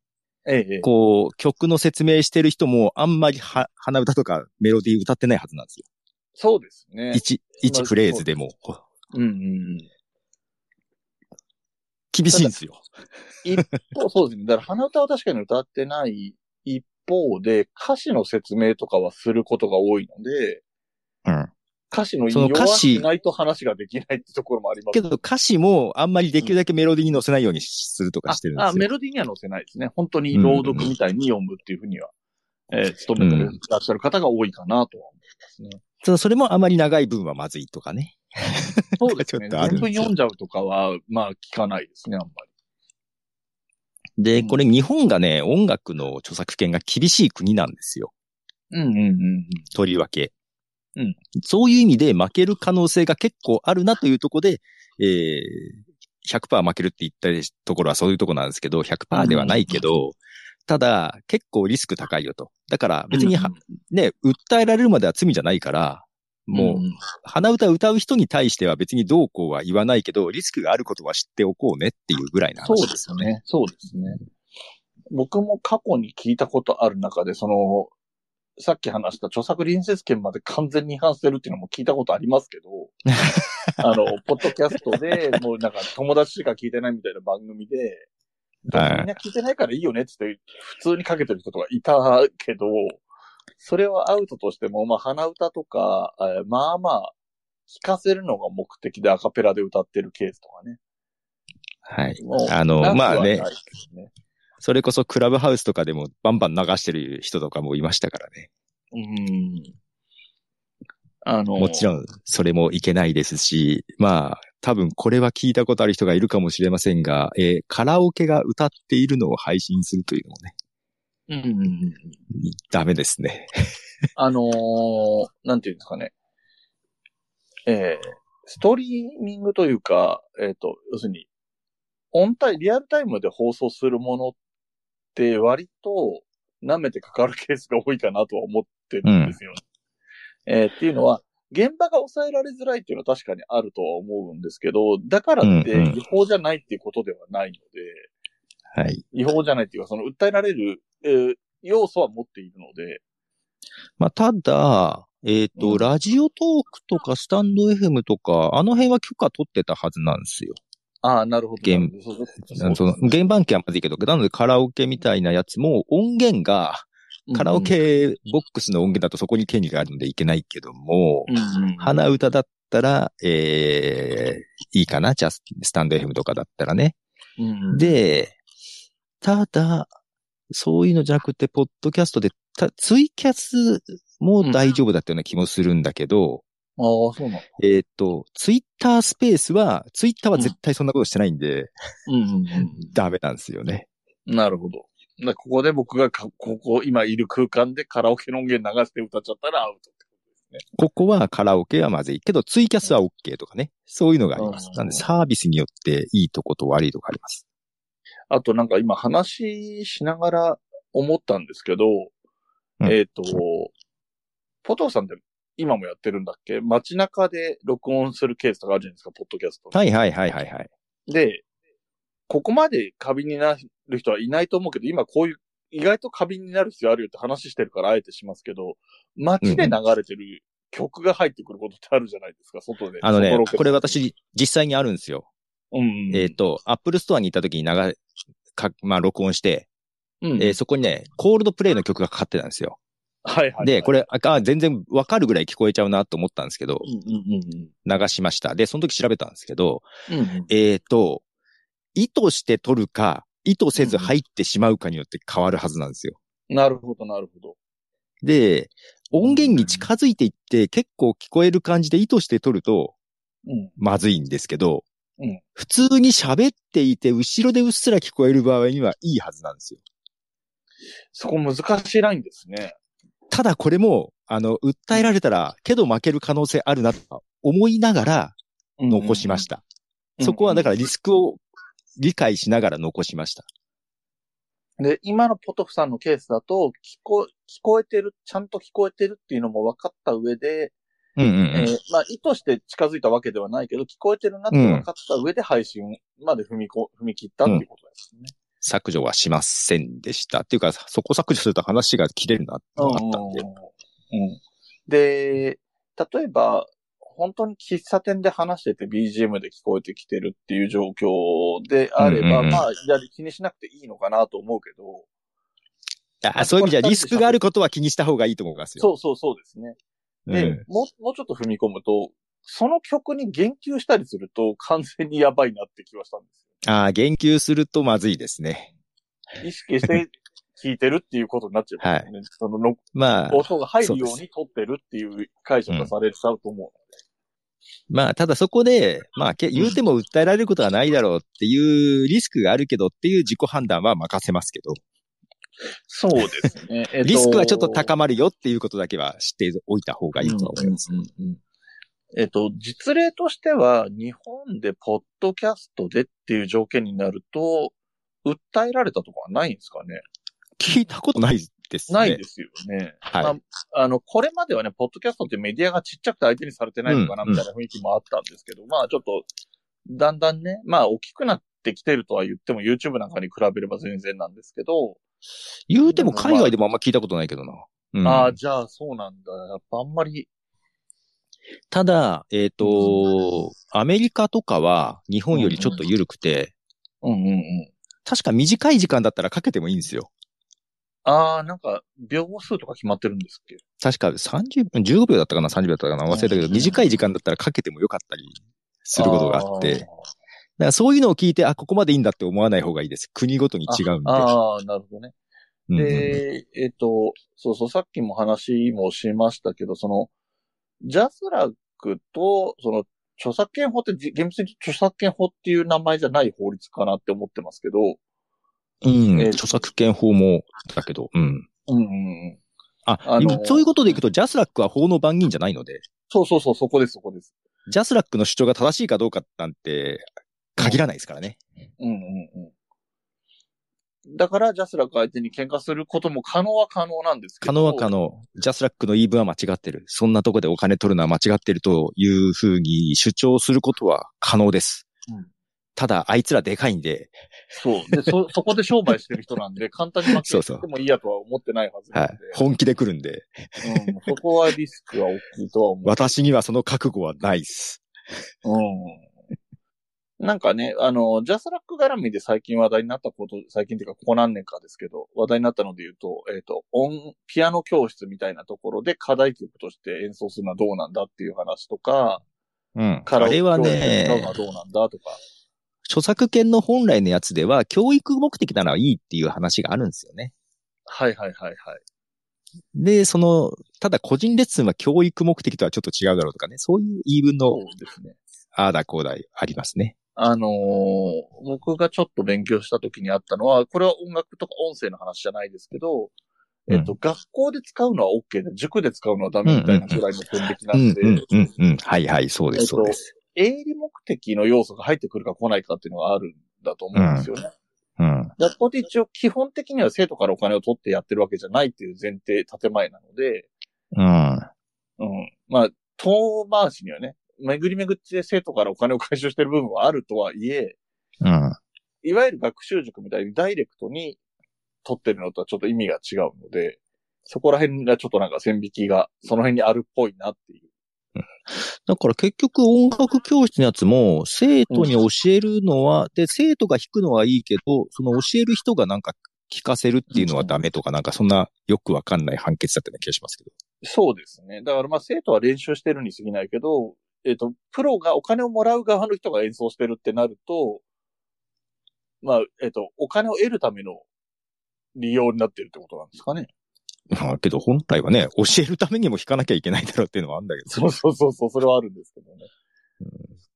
S1: ええええ、
S2: こう、曲の説明してる人もあんまりは、鼻歌とかメロディー歌ってないはずなんですよ。
S1: そうですね。
S2: 一、一フレーズでも。
S1: うんうんうん。
S2: 厳しいんですよ。
S1: そうそうですね。だから鼻歌は確かに歌ってない一方で、歌詞の説明とかはすることが多いので、
S2: うん。
S1: 歌詞の
S2: そ
S1: 引
S2: の
S1: 用は
S2: 歌詞
S1: しないと話ができないってところもあります
S2: けど歌詞もあんまりできるだけメロディーに乗せないようにするとかしてるん
S1: あ
S2: で
S1: あ、
S2: すよ。
S1: メロディーには載せないですね。本当に朗読みたいに読むっていうふうには、えー、努めていらっしゃる方が多いかなとは思いますね。
S2: ただそれもあまり長い分はまずいとかね。
S1: そうですね。
S2: ちょっとあ
S1: 全
S2: るんで
S1: 文
S2: すよ
S1: 読んじゃうとかは、まあ聞かないですね、あんまり。
S2: で、
S1: うん
S2: これ日本がね、音楽の著作権が厳しい国なんですよ。
S1: うんうんうん。
S2: とりわけ。
S1: うん。
S2: そういう意味で負ける可能性が結構あるなというところで、えー、100%負けるって言ったりところはそういうところなんですけど、100%ではないけど、ただ、結構リスク高いよと。だから、別には、ね、訴えられるまでは罪じゃないから、もう、
S1: んん
S2: 鼻歌歌う人に対しては別にどうこうは言わないけど、リスクがあることは知っておこうねっていうぐらいの
S1: そう
S2: 話
S1: で
S2: ですすよね。
S1: ね。そうですね。僕も過去に聞いたことある中で、その、さっき話した著作隣接権まで完全に違反してるっていうのも聞いたことあります けど、あの、ポッドキャストで、もうなんか友達しか聞いてないみたいな番組で、みん
S2: はい
S1: な聞いてないからいいよねってって、普通にかけてる人とかいたけど、それはアウトとしても、まあ、鼻歌とか、えーまあまあ、聞かせるのが目的でアカペラで歌ってるケースとかね。
S2: はい。
S1: もう
S2: あの
S1: なくは
S2: まあね
S1: ないですね
S2: それこそクラブハウスとかでもバンバン流してる人とかもいましたからね。
S1: うん。あの、
S2: もちろん、それもいけないですし、まあ、多分これは聞いたことある人がいるかもしれませんが、えーカラオケが歌っているのを配信するというのもね、
S1: うんうんうん。
S2: ダメですね。
S1: あのーなんていうんですかね。えーストリーミングというか、えっ、と、要するに、オンタイ、リアルタイムで放送するものって割と舐めてかかるケースが多いかなとは思ってるんですよ。えーっていうのは、現場が抑えられづらいっていうのは確かにあるとは思うんですけど、だからって
S2: うんうん
S1: 違法じゃないっていうことではないので、
S2: はい。
S1: 違法じゃないっていうか、その訴えられる、えー要素は持っているので、
S2: まあ、ただ、えっ、と、
S1: うん
S2: ラジオトークとかスタンド FM とか、あの辺は許可取ってたはずなんですよ。
S1: ああ、なるほど。
S2: ゲーム
S1: なるほど
S2: あのその、原版機はまずいけど、なのでカラオケみたいなやつも音源が、カラオ、ケボックスの音源だとそこに権利があるのでいけないけども、
S1: うんうんうん
S2: 鼻歌だったら、えー、いいかな、ジャス、スタンド FM とかだったらね。
S1: うん、
S2: で、ただ、そういうのじゃなくて、ポッドキャストで、たツイキャスも大丈夫だったような気もするんだけど、
S1: ああ、そうなの。
S2: えっ、と、ツイッタースペースは、ツイッターは絶対そんなことしてないんで、
S1: うんうんうん
S2: ダメなんですよね。
S1: なるほど。だここで僕がか、ここ、今いる空間でカラオケの音源流して歌っちゃったらアウトってことです
S2: ここはカラオケはまずいけど、ツイキャスは OK とかね。そういうのがあります
S1: う。ん
S2: なんで、サービスによっていいとこと悪いとこあります。
S1: ね。あとなんか今話しながら思ったんですけど、
S2: うん
S1: えっ、と、ポトフさんって今もやってるんだっけ街中で録音するケースとかあるじゃないですか、ポッドキャスト。
S2: はいはいはいはいはい。
S1: で、ここまで過敏になる人はいないと思うけど、今こういう、意外と過敏になる必要あるよって話してるから、あえてしますけど、街で流れてる曲が入ってくることってあるじゃないですか、外で。
S2: あのね
S1: 外ロ、ケ
S2: これ、私、実際にあるんですよ。
S1: うん、
S2: えっ、と、アップルストアに行った時に流れ、か、まあ、録音して、
S1: うん、
S2: えーそこにね、コールドプレイの曲がかかってたんですよ。
S1: はいはいはい。
S2: で、これ、ああ、全然わかるぐらい聞こえちゃうなと思ったんですけど
S1: う、んうん
S2: 流しました。で、その時調べたんですけど、
S1: うんうん。うんうん
S2: えっ、と、意図して取るか、意図せず入ってしまうかによって変わるはずなんですよ。
S1: なるほど、なるほど。
S2: で、音源に近づいていって結構聞こえる感じで意図して撮ると
S1: うん。
S2: まずいんですけど、
S1: うん
S2: 普通に喋っていて後ろでうっすら聞こえる場合にはいいはずなんですよ。
S1: そこ難しいラインですね。。
S2: ただこれも、あの、訴えられたら、けど負ける可能性あるなとか思いながら残しましたた。そこはだからリスクを理解しながら残しました。
S1: で、今のポトフさんのケースだと、聞こ、聞こえてる、ちゃんと聞こえてるっていうのも分かった上で、
S2: うんうんうん
S1: えーまあ、意図して近づいたわけではないけど、聞こえてるなって分かった上で配信まで踏みこ、踏み切ったっていうことですね。
S2: 削除はしませんでした。っていうか、そこ削除すると話が切れるなってのがあったんで。
S1: うんで、例えば、本当に喫茶店で話してて BGM で聞こえてきてるっていう状況であれば、
S2: うんうんうん
S1: まあ、やはり気にしなくていいのかなと思うけど、
S2: あそういう意味じゃリスクがあることは気にした方がいいと思いますよ。
S1: そうそうそうですね。
S2: う
S1: で、
S2: ん
S1: もう、もうちょっと踏み込むと、その曲に言及したりすると完全にやばいなって気はしたんですよ。
S2: ああ、言及するとまずいですね。
S1: 意識して聞いてるっていうことになっちゃうんですよね。そのの
S2: まあ、
S1: 音が入
S2: そ
S1: る
S2: うで
S1: よ
S2: す
S1: うに撮ってるっていう解釈がされちゃうと思
S2: まあ、ただそこで、まあ、け言うても訴えられることはないだろうっていうリスクがあるけどっていう自己判断は任せますけど、
S1: う。そうです ね。えっと
S2: リスクはちょっと高まるよっていうことだけは知っておいた方がいいとは思います。
S1: うんうんうんうんえっと、実例としては、日本でポッドキャストでっていう条件になると、訴えられたとかはないんですかね
S2: 聞いたことないですね。
S1: ないですよね。
S2: はい
S1: まあ、あの、これまではね、ポッドキャストってメディアがちっちゃくて相手にされてないのかな、
S2: うん
S1: みたいな雰囲気もあったんですけど、まあちょっと、だんだんね、まあ大きくなってきてるとは言っても YouTube なんかに比べれば全然なんですけど、
S2: 言うても海外でもあんま聞いたことないけどな。うん
S1: ああ、じゃあそうなんだ。やっぱあんまり、
S2: ただ、えっ、と、アメリカとかは日本よりちょっと緩くて、
S1: うんうんうん。
S2: 確か短い時間だったらかけてもいいんですよ。
S1: ああ、なんか、秒数とか決まってるんですっけ
S2: 確か30分、15秒だったかな、30秒だったかな、忘れたけど、
S1: うん
S2: 短い時間だったらかけてもよかったりすることがあって、だか。らそういうのを聞いて、あ、ここまでいいんだって思わない方がいいです。国ごとに違うんで。
S1: あーあー、なるほどね。
S2: うんうん
S1: で、えっと、そうそう、さっきも話もしましたけど、その、ジャスラックと、その、著作権法ってじ、厳密に著作権法っていう名前じゃない法律かなって思ってますけど、
S2: うん
S1: えー
S2: 著作権法も、だけど、うん。
S1: うんうんうん。
S2: あ、
S1: あのー
S2: そういうことでいくと、ジャスラックは法の番人じゃないので、
S1: そうそうそう、そこです、そこです。
S2: ジャスラックの主張が正しいかどうかなんて、限らないですからね。
S1: うんうんうん。だから、ジャスラック相手に喧嘩することも可能は可能なんですけ
S2: 可
S1: ど。
S2: 能は可能。ジャスラックの言い分は間違ってる。そんなとこでお金取るのは間違ってるというふうに主張することは可能です。
S1: うん
S2: ただ、あいつらでかいんで、
S1: そう。で、そ、 そこで商売してる人なん で、簡単に負けてもいいやとは思ってないはずな
S2: は
S1: ん
S2: い
S1: で。。
S2: 本気で来るんで、
S1: うん。そこはリスクは大きいとは思う。
S2: 私にはその覚悟はないっす。
S1: うんなんかね、あの、ジャスラック絡みで最近話題になったこと、最近っていうか、ここ何年かですけど、話題になったので言うと、えっ、と、音、ピアノ教室みたいなところで課題曲として演奏するのはどうなんだっていう話とか、
S2: うん。
S1: カラ
S2: あ
S1: オケ
S2: れはね
S1: 教育のがどうなんだとか。
S2: 著作権の本来のやつでは、教育目的ならいいっていう話があるんですよね。
S1: はいはいはいはい。
S2: で、その、ただ個人レッスンは教育目的とはちょっと違うだろうとかね、そういう言い分
S1: そ
S2: の
S1: う、ですね。
S2: ああだこうだありますね。
S1: あのー僕がちょっと勉強した時にあったのは、これは音楽とか音声の話じゃないですけど、えっ、と、学校で使うのは OK で、塾で使うのはダメみたいなくらいの線引きな
S2: うんん、
S1: で、
S2: うん、うん、うん。はいはい、そう
S1: え
S2: です、
S1: っと
S2: そうです。
S1: 営利目的の要素が入ってくるか来ないかっていうのがあるんだと思うんですよね。
S2: うん。
S1: 学校って一応基本的には生徒からお金を取ってやってるわけじゃないっていう前提、建前なので、
S2: うん。
S1: うん。まあ、遠回しにはね、巡り巡って生徒からお金を回収してる部分はあるとはいえ、
S2: うん。
S1: いわゆる学習塾みたいにダイレクトに取ってるのとはちょっと意味が違うので、そこら辺がちょっとなんか線引きが、その辺にあるっぽいなっていう。
S2: だから結局音楽教室のやつも、生徒に教えるのは、で、生徒が弾くのはいいけど、その教える人がなんか聞かせるっていうのはダメとか、なんかそんなよくわかんない判決だったような気がしますけど。
S1: そうですね。だからまあ生徒は練習してるに過ぎないけど、えっ、と、プロがお金をもらう側の人が演奏してるってなると、まあ、えっ、と、お金を得るための利用になってるってことなんですかね。
S2: まあけど本体はね、教えるためにも弾かなきゃいけないだろうっていうのはあるんだけど。
S1: そうそうそうそう、それはあるんですけどね。
S2: うん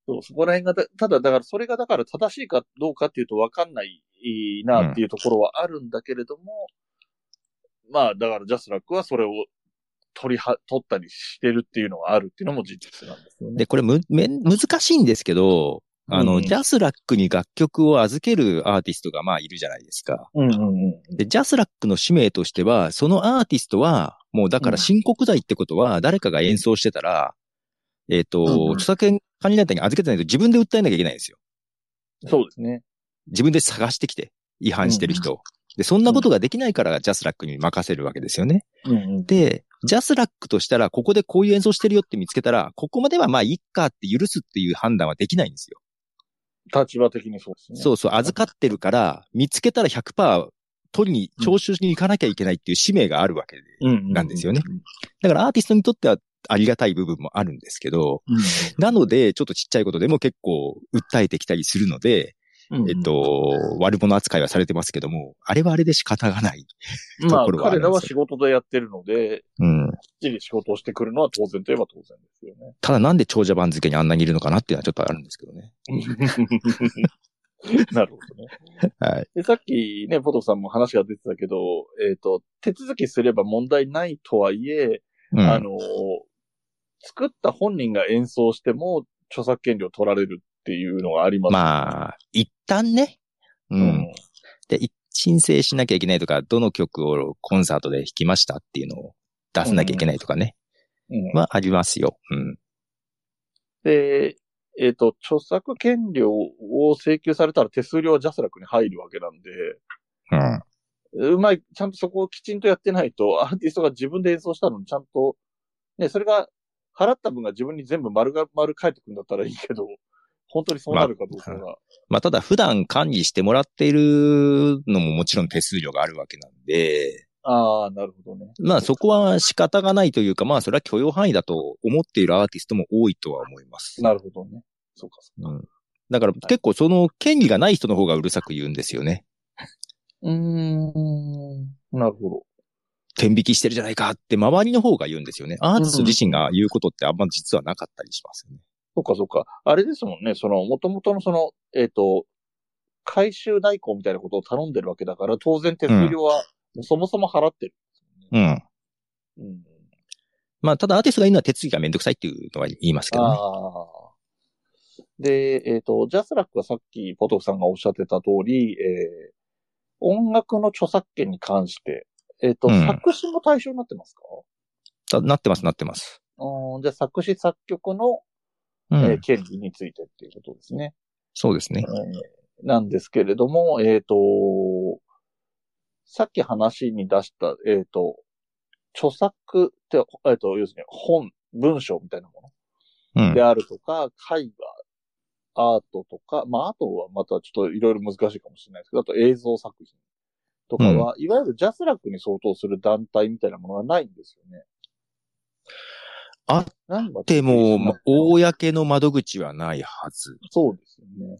S1: そう、そこら辺がだ、ただ、だから、それがだから正しいかどうかっていうと分かんないいいなっていうところはあるんだけれども、まあ、だから、ジャスラックはそれを取りは、取ったりしてるっていうのはあるっていうのも事実なんですよね。
S2: で、これむ、めん、難しいんですけど、あの、
S1: うん
S2: ジャスラックに楽曲を預けるアーティストがまあいるじゃないですか。
S1: うんうんうん。
S2: で、ジャスラックの使命としては、そのアーティストは、もうだから申告罪ってことは、誰かが演奏してたら、えっ、と、
S1: うんうん
S2: 著作権管理団体に預けてないと自分で訴えなきゃいけないんですよ。
S1: そうですね。
S2: 自分で探してきて、違反してる人を。で、そんなことができないから、ジャスラックに任せるわけですよね。
S1: うんうん。
S2: で、ジャスラックとしたら、ここでこういう演奏してるよって見つけたら、ここまではまあ、いっかって許すっていう判断はできないんですよ。
S1: 立場的にそうですね。
S2: そうそう、預かってるから、見つけたら100%取りに、徴収に行かなきゃいけないっていう使命があるわけで。
S1: うんうんう
S2: なんですよね。だからアーティストにとってはありがたい部分もあるんですけど、なので、ちょっとちっちゃいことでも結構訴えてきたりするので、
S1: うん
S2: えっ、と、悪者扱いはされてますけども、あれはあれで仕方がない。
S1: まあ、
S2: ところはあ
S1: 彼
S2: るんですよ
S1: らは仕事でやってるので、
S2: うん。
S1: きっちり仕事をしてくるのは当然といえば当然ですよね。
S2: ただなんで長者番付にあんなにいるのかなっていうのはちょっとあるんですけどね。
S1: なるほどね。
S2: はい。
S1: で、さっきね、ポトフさんも話が出てたけど、えっ、と、手続きすれば問題ないとはいえ、
S2: うん、
S1: あの、作った本人が演奏しても著作権料取られるっていうのがあります、あ、
S2: まあ、一旦ね。う。
S1: うんん。
S2: で、い申請しなきゃいけないとか、どの曲をコンサートで弾きましたっていうのを出さなきゃいけないとかね。
S1: うん
S2: はありますよ。うん。
S1: で、えっ、と、著作権料を請求されたら手数料はジャスラックに入るわけなんで、
S2: うん。
S1: うまい、ちゃんとそこをきちんとやってないと、アーティストが自分で演奏したのにちゃんと、ね、それが、払った分が自分に全部丸が丸返ってくるんだったらいいけど、本当にそうなるかどうかが、
S2: まあ、ただ普段管理してもらっているのももちろん手数料があるわけなんで、
S1: ああ、なるほどね。
S2: まあそこは仕方がないというか、まあそれは許容範囲だと思っているアーティストも多いとは思います。
S1: なるほどね。そうか、そ
S2: うん、だから結構その権利がない人の方がうるさく言うんですよね。
S1: うか。うーん。なるほ
S2: 天引きしてるじゃないかって周りの方が言うんですよね。アーティスト自身が言うことってあんま実はなかったりしますよね。
S1: ど。そうか、そうか。あれですもんね、その、元々のその、えっ、と、回収代行みたいなことを頼んでるわけだから、当然手数料は、もうそもそも払ってる。
S2: うん。
S1: うん。
S2: まあただアーティストが言うのは手続きがめんどくさいっていうのは言いますけど
S1: あ
S2: ね。
S1: あ。で、えっ、と、ジャスラックはさっきポトフさんがおっしゃってた通り、えー音楽の著作権に関して、えっ、と、
S2: うん
S1: 作詞も対象になってますか
S2: たなってます、なってます。
S1: うん、じゃあ作詞作曲の、
S2: うん。
S1: えー権利についてっていうことですね。
S2: そうですね。
S1: えーなんですけれども、えっ、と、さっき話に出した、えっ、と、著作って、えっ、と、要するに本、文章みたいなも
S2: う
S1: の
S2: ん
S1: で。あるとか、絵画、アートとか、まあ、アートはまたちょっといろいろ難しいかもしれないですけど、あと映像作品とかは、いわゆるジャスラックに相当する団体みたいなものがないんですよね。
S2: あ
S1: なんか
S2: でも、ま公の窓口はないはず。
S1: そうですよね。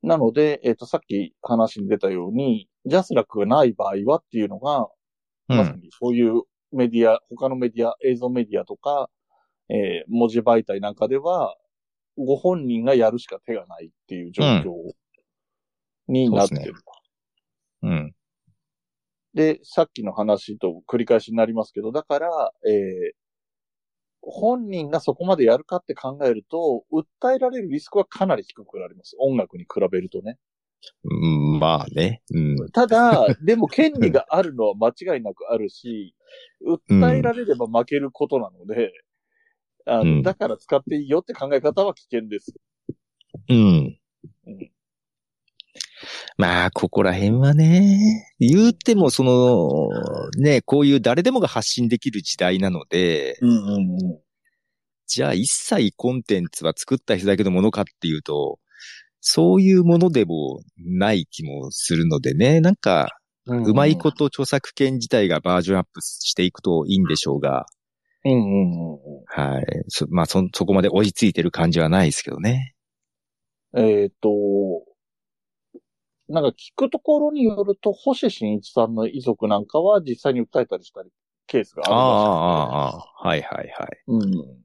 S1: なので、えっ、と、さっき話に出たように、ジャスラックがない場合はっていうのが、
S2: う
S1: まさ
S2: ん。
S1: にそういうメディア、他のメディア、映像メディアとか、えー文字媒体なんかでは、ご本人がやるしか手がないっていう状況になってる。
S2: そううん。
S1: でさっきの話と繰り返しになりますけど、だから、えー本人がそこまでやるかって考えると、訴えられるリスクはかなり低くなります。音楽に比べるとね。
S2: うんまあね。うん。
S1: ただ、でも権利があるのは間違いなくあるし、訴えられれば負けることなので、あ
S2: うん
S1: のだから使っていいよって考え方は危険です。
S2: うん
S1: うん。
S2: まあ、ここら辺はね、言うても、その、ね、こういう誰でもが発信できる時代なので、
S1: うんうんうん。。
S2: じゃあ一切コンテンツは作った人だけのものかっていうと、そういうものでもない気もするのでね、なんか、うまいことと著作権自体がバージョンアップしていくといいんでしょうが、
S1: うんうんうんうん。
S2: はい。そまあ、そ、そこまで追いついてる感じはないですけどね。
S1: えっ、と、なんか聞くところによると、星新一さんの遺族なんかは実際に訴えたりしたり、ケースが
S2: ああ、
S1: あ
S2: ああ、ああ。はいはいはい。
S1: るらしくて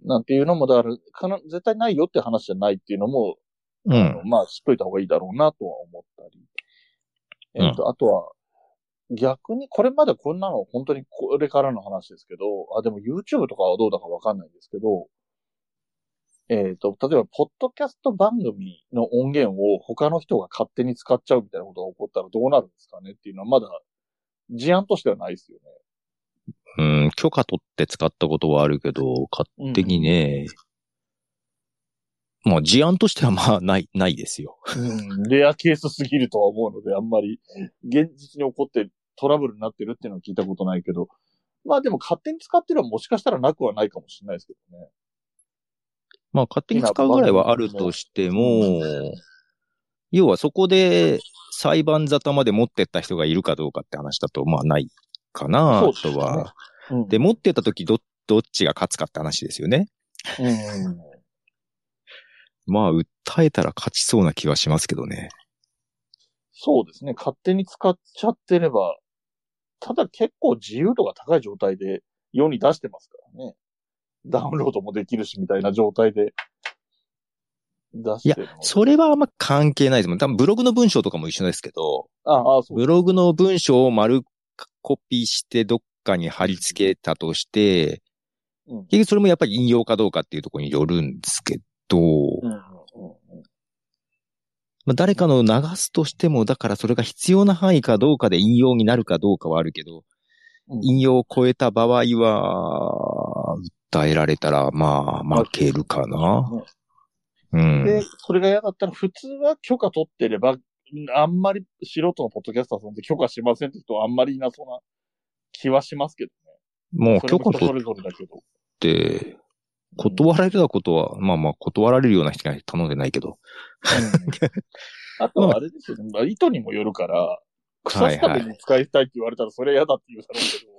S1: うん。なんていうのも、だからかな、絶対ないよって話じゃないっていうのも、
S2: う
S1: あの
S2: ん。
S1: まあ、知っといた方がいいだろうなとは思ったり。えっ、と、あとは、逆に、これまだこんなの本当にこれからの話ですけど、あ、でも YouTube とかはどうだかわかんないんですけど、えっ、と、例えば、ポッドキャスト番組の音源を他の人が勝手に使っちゃうみたいなことが起こったらどうなるんですかねっていうのはまだ事案としてはないですよね。
S2: うん、許可取って使ったことはあるけど、勝
S1: うん
S2: 手にね、まあ事案としてはまあない、ないですよ。
S1: うんレアケースすぎるとは思うので、あんまり現実に起こってトラブルになってるっていうのは聞いたことないけど、まあでも勝手に使ってるのはもしかしたらなくはないかもしれないですけどね。
S2: まあ勝手に使うぐらいはあるとしても、要はそこで裁判沙汰まで持ってった人がいるかどうかって話だと、まあないかな
S1: そうです
S2: と
S1: ね
S2: は。
S1: うん
S2: で、持ってった時ど、どっちが勝つかって話ですよね。
S1: うん
S2: まあ、訴えたら勝ちそうな気はしますけどね。
S1: そうですね。勝手に使っちゃってれば、ただ結構自由度が高い状態で世に出してますからね。ダウンロードもできるしみたいな状態で出してるので。
S2: それはあんま関係ないですもん。多分ブログの文章とかも一緒ですけど、
S1: ああ、そう
S2: ブログの文章を丸コピーしてどっかに貼り付けたとして、
S1: うん
S2: 結局それもやっぱり引用かどうかっていうところによるんですけ
S1: う
S2: ど、
S1: んうんうんうん
S2: まあ、誰かの流すとしても、だからそれが必要な範囲かどうかで引用になるかどうかはあるけど、
S1: うん
S2: 引用を超えた場合は、訴えられたら、まあ、負けるかな。うん。
S1: で、それが嫌だったら、普通は許可取ってれば、あんまり素人のポッドキャスターさんって許可しませんって人はあんまりいなそうな気はしますけど
S2: も
S1: ね。
S2: う
S1: それ
S2: 許
S1: も
S2: 可
S1: 人
S2: 取
S1: そ
S2: っ
S1: れぞれだけど。
S2: て、断られたことは、まあまあ、断られるような人には頼んでないけど。
S1: あとはあれですよね。まあ、意図にもよるから、腐すために使いたいって言われたらそれは嫌だって言うだろうけど。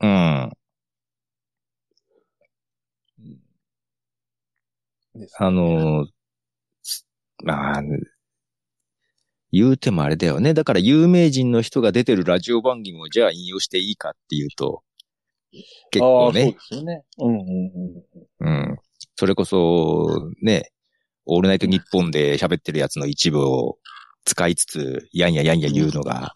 S2: うん。
S1: ですね
S2: あのー、まあ、言うてもあれだよね。だから有名人の人が出てるラジオ番組をじゃあ引用していいかっていうと、結構
S1: ああそう
S2: ね
S1: で、すよね。うんうんうん。
S2: うん。それこそ、ね、オールナイト日本で喋ってるやつの一部を使いつつ、やんややんや言うのが、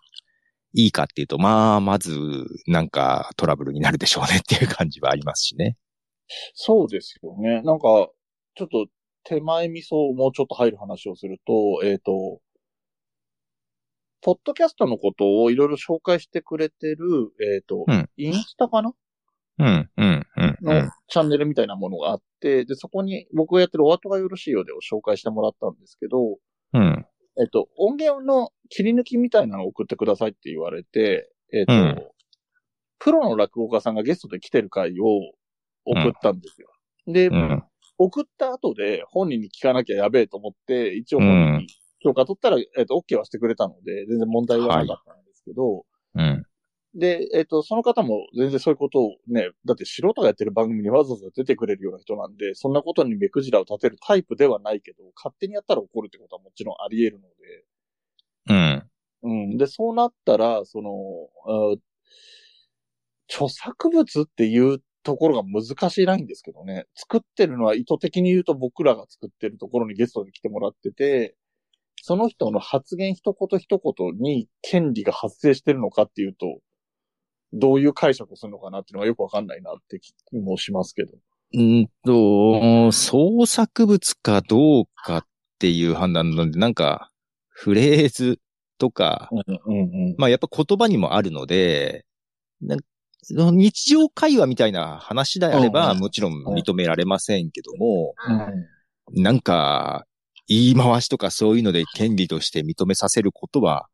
S2: いいかっていうと、まあ、まず、なんかトラブルになるでしょうねっていう感じはありますしね。
S1: そうですよね。なんか、ちょっと手前味噌をもうちょっと入る話をすると、えっ、と、ポッドキャストのことをいろいろ紹介してくれてる、えっ、と、
S2: うん
S1: インスタかな
S2: うん、うん、うん、う
S1: の
S2: ん。
S1: チャンネルみたいなものがあって、で、そこに僕がやってるお後がよろしいようでを紹介してもらったんですけど、
S2: うん、
S1: えっ、と、音源の切り抜きみたいなのを送ってくださいって言われて、えっ、と、
S2: うん
S1: プロの落語家さんがゲストで来てる回を送ったんですよ。で、
S2: うん、
S1: 送った後で本人に聞かなきゃやべえと思って、一応本人に許可取ったら、えっと、OK はしてくれたので、全然問題はなかったんですけど、
S2: うん。
S1: で、えっ、と、その方も全然そういうことをね、だって素人がやってる番組にわざわざ出てくれるような人なんで、そんなことに目くじらを立てるタイプではないけど、勝手にやったら怒るってことはもちろんあり得るので、
S2: うん。
S1: うん。で、そうなったら、その、あ著作物っていうところが難しいラインですけどね。作ってるのは意図的に言うと僕らが作ってるところにゲストで来てもらってて、その人の発言一言一言に権利が発生してるのかっていうと、どういう解釈をするのかなっていうのがよくわかんないなって気もしますけど。
S2: うんと、創作物かどうかっていう判断なので、なんか、フレーズとか、
S1: うんうんうん。
S2: まあやっぱ言葉にもあるので、なんその日常会話みたいな話であれば、
S1: うん
S2: もちろん認められませんけども、なんか、言い回しとかそういうので権利として認めさせることは、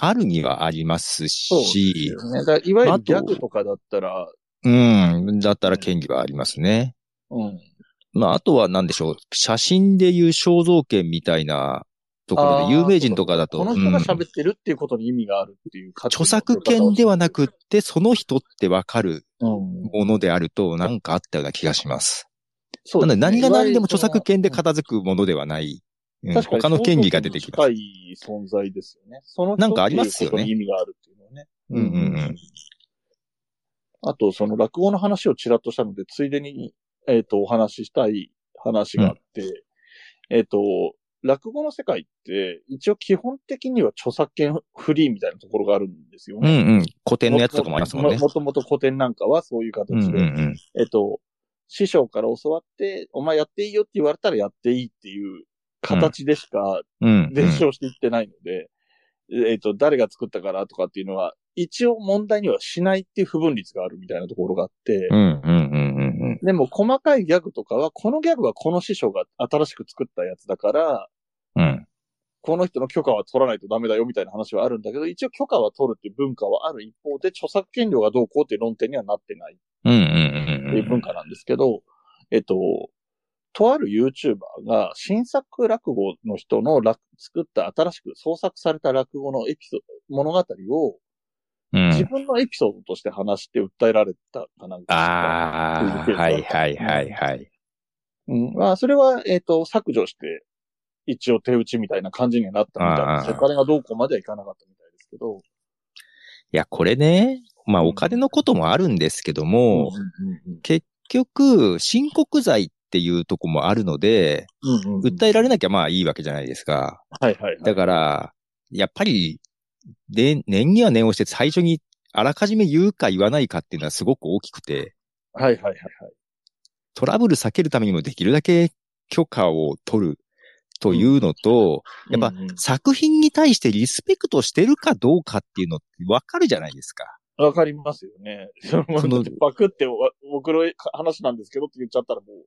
S2: あるにはあります
S1: そうで
S2: し、
S1: すね。だからいわゆ
S2: あ
S1: る
S2: と
S1: ギャグとかだったら、
S2: うん、だったら権利はありますね。
S1: うん。
S2: まあ、あとは何でしょう。写真でいう肖像権みたいなところで、
S1: あー
S2: 有名人とかだと、
S1: この人が
S2: うん
S1: 喋ってるっていうことに意味があるっていう価値
S2: 著作権ではなくって、その人ってわかる
S1: うん。
S2: ものであると、なんかあったような気がします。
S1: そ
S2: なので、何が何でも著作権で
S1: 確
S2: 片付くものではない。うん
S1: かに
S2: 他の権利が出てきます。
S1: 近い存在ですよね。その人
S2: なんかありますよね
S1: っていうことに意味があるっていうのはね。
S2: うんうん
S1: あと、その落語の話をちらっとしたので、ついでに、えっ、と、お話ししたい話があって、えっ、と、落語の世界って、一応基本的には著作権フリーみたいなところがあるんですよ
S2: うん。う
S1: ね。
S2: んうん。古典のやつとかもありますもんね。
S1: もともと古典なんかはそういう
S2: うんう
S1: 形
S2: んう
S1: で、
S2: ん。
S1: えっと、師匠から教わって、お前やっていいよって言われたらやっていいっていう形でしか
S2: うんう
S1: 伝
S2: ん。
S1: 承していってないので、えっと、誰が作ったからとかっていうのは、一応問題にはしないっていう不分率があるみたいなところがあって
S2: う、んうんうんうんうん。
S1: でも細かいギャグとかは、このギャグはこの師匠が新しく作ったやつだから、
S2: うん。
S1: この人の許可は取らないとダメだよみたいな話はあるんだけど、一応許可は取るっていう文化はある一方で、著作権料がどうこうっていう論点にはなってない。
S2: うんうん
S1: っ
S2: うん
S1: て
S2: う。
S1: いうん文化なんですけど、えっと、とある YouTuber が新作落語の人の落作った新しく創作された落語のエピソード、物語を
S2: うん
S1: 自分のエピソードとして話して訴えられたかなんか。
S2: ああ、はいはいはいはい。
S1: うん。まあ、それは、えっと、削除して、一応手打ちみたいな感じにはなったみたいです。
S2: あ
S1: お
S2: ー
S1: 金がどうこうまではいかなかったみたいですけど。
S2: いや、これね、まあ
S1: うん
S2: お金のこともあるんですけども、
S1: う
S2: 結局、申告罪っていうとこもあるので、
S1: んうんうん。
S2: 訴えられなきゃまあいいわけじゃないですか。
S1: はいはいはい。
S2: だから、やっぱり、で、年には年をして最初にあらかじめ言うか言わないかっていうのはすごく大きくて、
S1: はいはいはいはい。
S2: トラブル避けるためにもできるだけ許可を取るというのと、やっぱ
S1: うんうん
S2: 作品に対してリスペクトしてるかどうかっていうのってわかるじゃないですか。
S1: わかりますよ ね。そ
S2: そ
S1: の
S2: の
S1: バクってわ僕の話なんですけどって言っちゃったらも
S2: う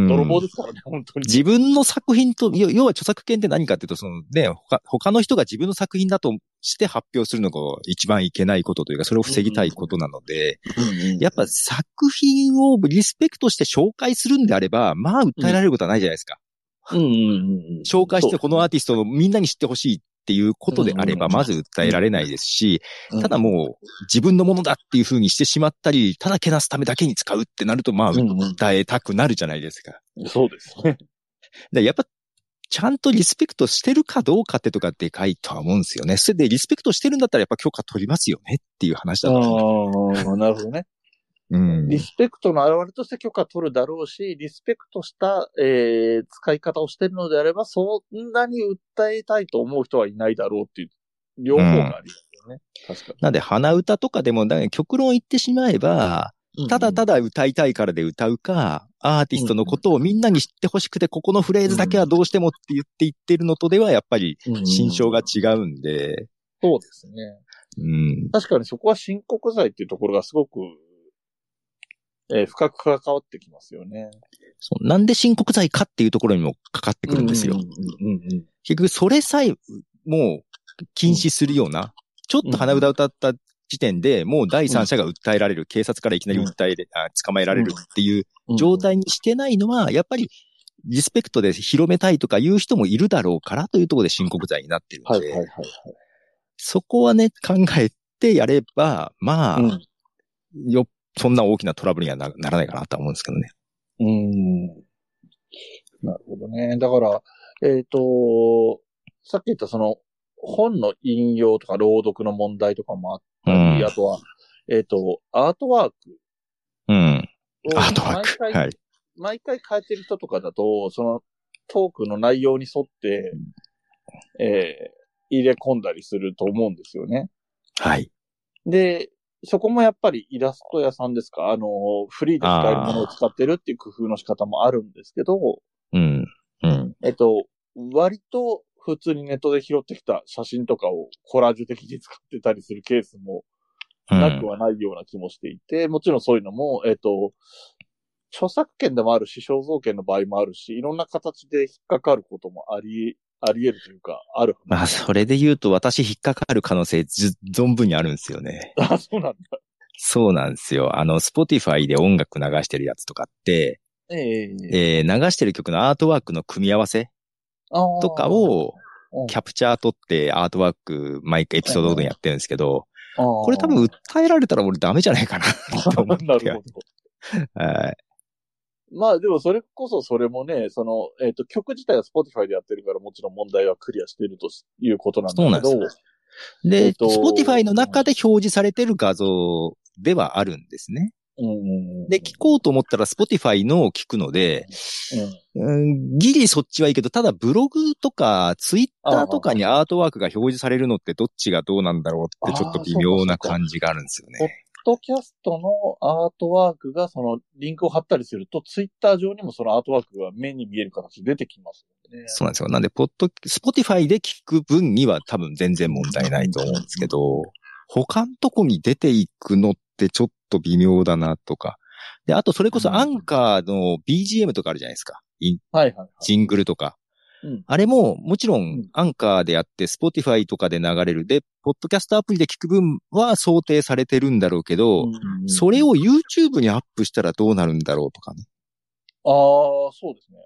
S1: う、
S2: ん
S1: 泥棒ですからね、本当に。
S2: 自分の作品と、要要は著作権って何かっていうと、そのね、他他の人が自分の作品だとして発表するのが一番いけないことというか、それを防ぎたいことなので、やっぱ作品をリスペクトして紹介するんであれば、まあ訴えられることはないじゃないですか。
S1: うんうんうんうん、
S2: 紹介してこのアー
S1: 後、
S2: ティストのみんなに知ってほしいっていうことであれば、
S1: うんうん
S2: まず訴えられないですし、
S1: うん
S2: ただもう自分のものだっていう風にしてしまったり、ただけなすためだけに使うってなると、まあ
S1: うんうん
S2: 訴えたくなるじゃないですか。
S1: そうですね。
S2: で、やっぱ、ちゃんとリスペクトしてるかどうかってとかでかいとは思うんですよね。それで、リスペクトしてるんだったらやっぱ許可取りますよねっていう話
S1: あ
S2: だと思
S1: あ、なるほどね。
S2: う。うん。
S1: リスペクトの表れとして許可取るだろうし、リスペクトした、えー使い方をしてるのであれば、そんなに訴えたいと思う人はいないだろうっていう、両方がありますよね。確か
S2: なんで、鼻歌とかでも、だから極論言ってしまえば、
S1: に。
S2: ただた
S1: だ、
S2: だ歌いたいからで歌うか、アーティストのことをみんなに知ってほしくて、ここのフレーズだけはどうしてもって言って言ってるのとでは、やっぱり、心象が
S1: う。
S2: 違うんで、
S1: そうですね。
S2: うん。
S1: 確かにそこは申告罪っていうところがすごく、えー深く関わってきますよね。
S2: そうなんで申告罪かっていうところにもかかってくるんですよ。結局それさえもう禁止するような、ちょっと鼻歌歌った時点でもう第三者が訴えられる、警察からいきなり訴えれ、あ捕まえられるっていう状態にしてないのは、やっぱりリスペクトで広めたいとかいう人もいるだろうからというところで申告罪になってる
S1: は
S2: ん
S1: いはい
S2: で、
S1: はいはい。
S2: そこはね、考えってやれば、まあ、
S1: うん
S2: よ、そんな大きなトラブルにはなならないかなとは思うんですけどね。
S1: うん。なるほどね。だから、えっ、と、さっき言ったその、本の引用とか朗読の問題とかもあったり、
S2: うん
S1: あとは、えっ、と、アートワーク
S2: うん。
S1: を
S2: アートワーク。
S1: 毎回、
S2: はい。
S1: 毎回変えてる人とかだと、その、トークの内容に沿って、えー入れ込んだりすると思うんですよね。
S2: はい。
S1: で、そこもやっぱりイラスト屋さんですかあの、フリーで使えるものを使ってるっていう工夫の仕方もあるんですけど、
S2: うん。うん。
S1: えっと、割と普通にネットで拾ってきた写真とかをコラージュ的に使ってたりするケースも
S2: うん
S1: なくはないような気もしていて、もちろんそういうのも、えっと、著作権でもあるし、肖像権の場合もあるし、いろんな形で引っかかることもあり、あり得るというか、ある。
S2: まあ、それで言うと私引っかかる可能性ず存分にあるんですよね。
S1: あ、そうなんだ。
S2: そうなんですよ。あの、Spotify で音楽流してるやつとかって、
S1: ええ
S2: えー流してる曲のアートワークの組み合わせとか、を
S1: うん
S2: キャプチャー取ってアートワーク毎回エピソードごとにやってるんですけど、
S1: こ
S2: これ多分訴えられたら俺ダメじゃないかな と思って。
S1: なるほど。
S2: はい。
S1: まあでもそれこそそれもね、その、えっ、と、曲自体は Spotify でやってるからもちろん問題はクリアしているということなんだけど。
S2: そうなんでで、
S1: えっと
S2: Spotify の中で表示されてる画像ではあるんですね。
S1: うん
S2: で、聞こうと思ったら Spotify のを聞くので、
S1: うん
S2: うん、ギリそっちはいいけど、ただブログとかツイッターとかにアートワークが表示されるのってどっちがどうなんだろうってちょっと微妙な感じがあるんですよね。
S1: ポッドキャストのアートワークがそのリンクを貼ったりすると、ツイッター上にもそのアートワークが目に見える形で出てきますよね。
S2: そうなんですよ。なんで、ポッド、スポティファイで聞く分には多分全然問題ないと思うんですけど、他のとこに出ていくのってちょっと微妙だなとか。で、あとそれこそアンカーの BGM とかあるじゃないですか。イン
S1: はいはいはい。
S2: ジングルとか。
S1: うん
S2: あれも、もちろ
S1: ん
S2: ん、アンカーでやって、スポティファイとかで流れる。で、ポッドキャストアプリで聞く分は想定されてるんだろうけど、
S1: うん
S2: それを YouTube にアップしたらどうなるんだろうとかね。
S1: ああ、そうですね。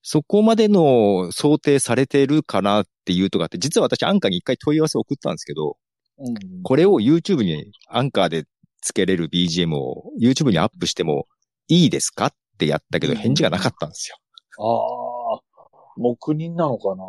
S2: そこまでの想定されてるかなっていうとかって、実は私アンカーに一回問い合わせ送ったんですけど、
S1: うん
S2: これを YouTube にアンカーでつけれる BGM を YouTube にアップしてもいいですかってやったけど返事がなかったんですよ。
S1: ああ、黙認なのかな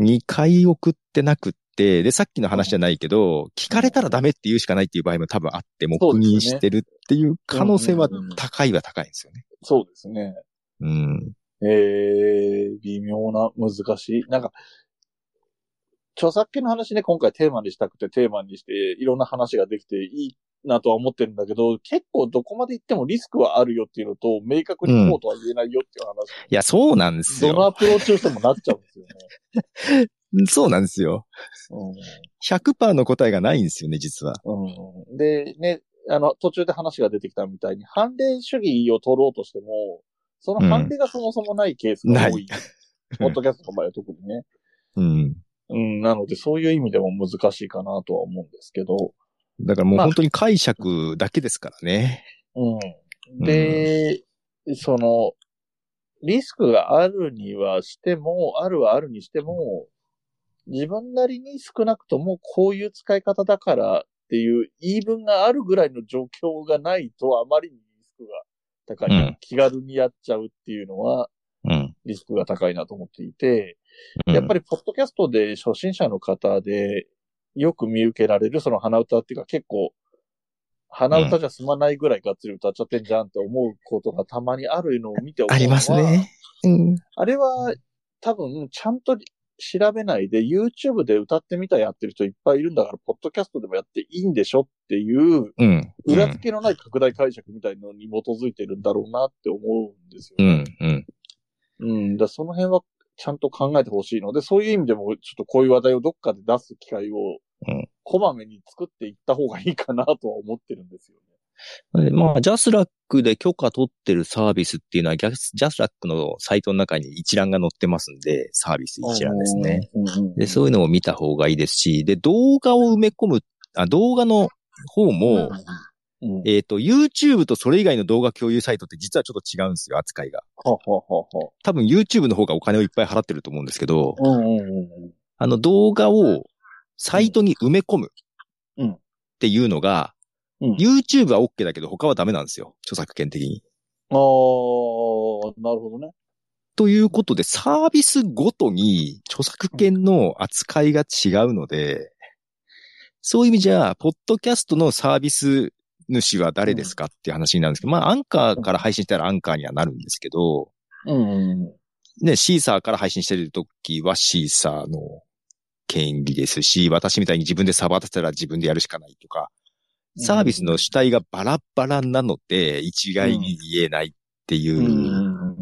S2: 2回送ってなくって、で、さっきの話じゃないけど、聞かれたらダメって言うしかないっていう場合も多分あって、黙
S1: そうですよね
S2: 認してるっていう可能性は
S1: うんうんうん
S2: 高いは高いんですよね。
S1: そうですね。
S2: うん。
S1: ええ微妙な、難しい。なんか、著作権の話ね、今回テーマにしたくてテーマにして、いろんな話ができていいなとは思ってるんだけど、結構どこまで行ってもリスクはあるよっていうのと、明確にこうとは言えないよっていう話、
S2: いや、そうなんです
S1: どの
S2: よ。
S1: アプローチをしてもなっちゃうんですよね。
S2: そうなんですよ。
S1: う
S2: 100%の答えがないんですよね、実は。
S1: んうん、で、ね、あの、途中で話が出てきたみたいに、判例主義を取ろうとしても、その判例がそもそもないケースが多い。ポ、ッドキャストの場合は特にね。
S2: うん。
S1: うん、なので、そういう意味でも難しいかなとは思うんですけど。
S2: だからもう
S1: まあ
S2: 本当に解釈だけですからね。
S1: うん。で、その、リスクがあるにはしても、あるはあるにしても、自分なりに少なくともこういう使い方だからっていう言い分があるぐらいの状況がないとあまりにリスクが高い。
S2: うん
S1: 気軽にやっちゃうっていうのは
S2: うん。
S1: リスクが高いなと思っていて、
S2: うん
S1: やっぱり、ポッドキャストで初心者の方で、よく見受けられる、その鼻歌っていうか結構、鼻歌じゃ済まないぐらいがっつり歌っちゃってんじゃんって思うことがたまにあるのを見て思うのは
S2: あります。ね。うん。
S1: あれは、多分、ちゃんと調べないで、YouTube で歌ってみたやってる人いっぱいいるんだから、ポッドキャストでもやっていいんでしょっていう、
S2: うん。
S1: 裏付けのない拡大解釈みたいのに基づいてるんだろうなって思うんですよね
S2: うん。うん。
S1: うん、だからその辺はちゃんと考えてほしいので、そういう意味でも、ちょっとこういう話題をどっかで出す機会を
S2: うん、
S1: こまめに作っていった方がいいかなとは思ってるんですよね。
S2: でまあ、ジャスラックで許可取ってるサービスっていうのは、ジャスジャスラックのサイトの中に一覧が載ってますんで、サービス一覧ですね。
S1: うんうんうん。
S2: で、そういうのを見た方がいいですし、で、動画を埋め込む、あ、動画の方も、
S1: うん。うん、
S2: えっ、と、YouTube とそれ以外の動画共有サイトって実はちょっと違うんですよ、扱いが。
S1: はははは。
S2: 多分 YouTube の方がお金をいっぱい払ってると思うんですけど、
S1: うんうんうん
S2: あの動画をサイトに埋め込む。
S1: うん
S2: っていうのが、
S1: うん
S2: YouTube は OK だけど他はダメなんですよ。著作権的に。
S1: あー、なるほどね。
S2: ということで、サービスごとに著作権の扱いが違うので、そういう意味じゃ、ポッドキャストのサービス主は誰ですかっていう話になるんですけど、まあ、アンカーから配信したらアンカーにはなるんですけど、
S1: うん。
S2: ね、シーサーから配信してるときはシーサーの権利ですし、私みたいに自分でサーバー立てたら自分でやるしかないとか、サービスの主体がバラバラなので、一概に言えないっていうう、
S1: ん。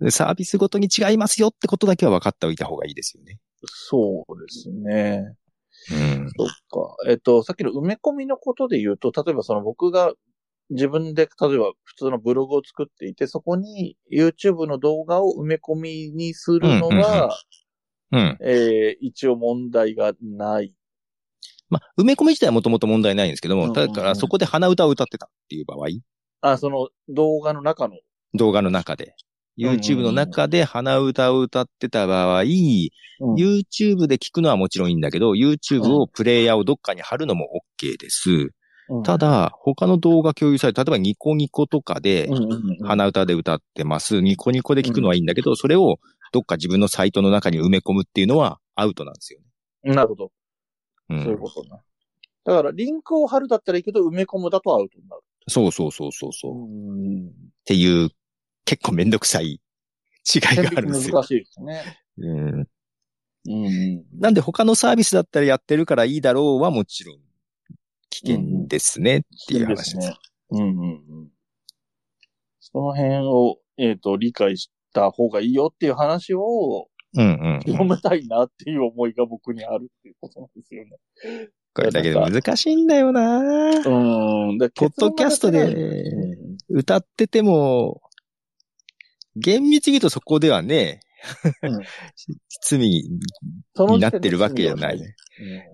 S2: でサービスごとに違いますよってことだけは分かっておいた方がいいですよね。
S1: そうですね。
S2: うん。
S1: そっか。えっと、さっきの埋め込みのことで言うと、例えばその僕が自分で、例えば普通のブログを作っていて、そこに YouTube の動画を埋め込みにするのが、
S2: うん。
S1: えー一応問題がない。
S2: まあ、埋め込み自体はもともと問題ないんですけど
S1: うん
S2: も、
S1: うんう
S2: だ
S1: ん
S2: からそこで鼻歌を歌ってたっていう場合、
S1: あ、その動画の中の。
S2: 動画の中で。
S1: うんうんうん
S2: YouTube の中で鼻歌を歌ってた場合、
S1: うん
S2: YouTube で聞くのはもちろんいいんだけど、YouTube をプレイヤーをどっかに貼るのも OK です。た、だ、他の動画共有サイト、例えばニコニコとかで
S1: うん、うんうんうん
S2: 鼻歌で歌ってます。ニコニコで聞くのはいいんだけど、それをどっか自分のサイトの中に埋め込むっていうのはアウトなんですよね。
S1: なるほど。
S2: う、
S1: そういうんことね。だから、リンクを貼るだったらいいけど、埋め込むだとアウトになる。
S2: そうそうそうそうそう。っ
S1: ん。
S2: ていう、結構めんどくさい違いがあるんですよ。
S1: 難しいですね。
S2: うん、
S1: うん。
S2: なんで他のサービスだったらやってるからいいだろうはもちろん危険ですねっていう話です。
S1: ね。うんうんうん。その辺を、えっ、と、理解した方がいいよっていう話を
S2: うんうん。
S1: 広めたいなっていう思いが僕にあるっていうことなんです よね。
S2: これだけど難しいんだよな
S1: うん。で
S2: ポッドキャストで歌ってても、厳密に言うとそこでは
S1: う
S2: ね、
S1: ん
S2: 罪に
S1: そ
S2: なってるわけじゃない。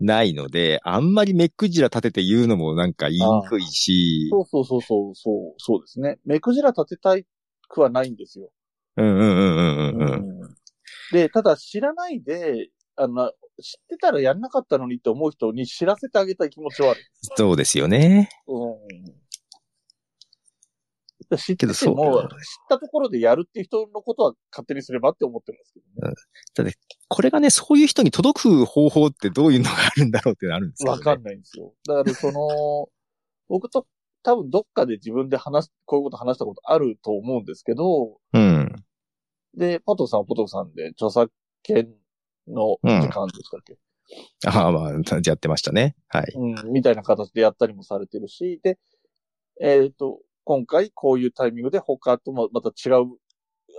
S2: ないので、あんまり目くじら立てて言うのもなんか言いにくいし、
S1: そうそうそうそう、そう、そうですね。目くじら立てたくはないんですよ。
S2: うんうんうんうんうんうん。
S1: で、ただ知らないで、あの、知ってたらやんなかったのにって思う人に知らせてあげたい気持ちはある。
S2: そうですよね。
S1: うん。知って
S2: けど
S1: て
S2: そう
S1: も、知ったところでやるっていう人のことは勝手にすればって思ってますけど
S2: これがね、そういう人に届く方法ってどういうのがあるんだろうってなるんです
S1: ね。
S2: よ、
S1: わ
S2: ね。
S1: かんないんですよ。だからその、 僕と多分どっかで自分で話す、こういうこと話したことあると思うんですけど、
S2: うん。
S1: で、ポトフさんはポトフさんで著作権の時間でしたっけ、
S2: ああ、まあ、やってましたね。はい。
S1: うん、みたいな形でやったりもされてるし、で、えっ、と、今回こういうタイミングで他ともまた違う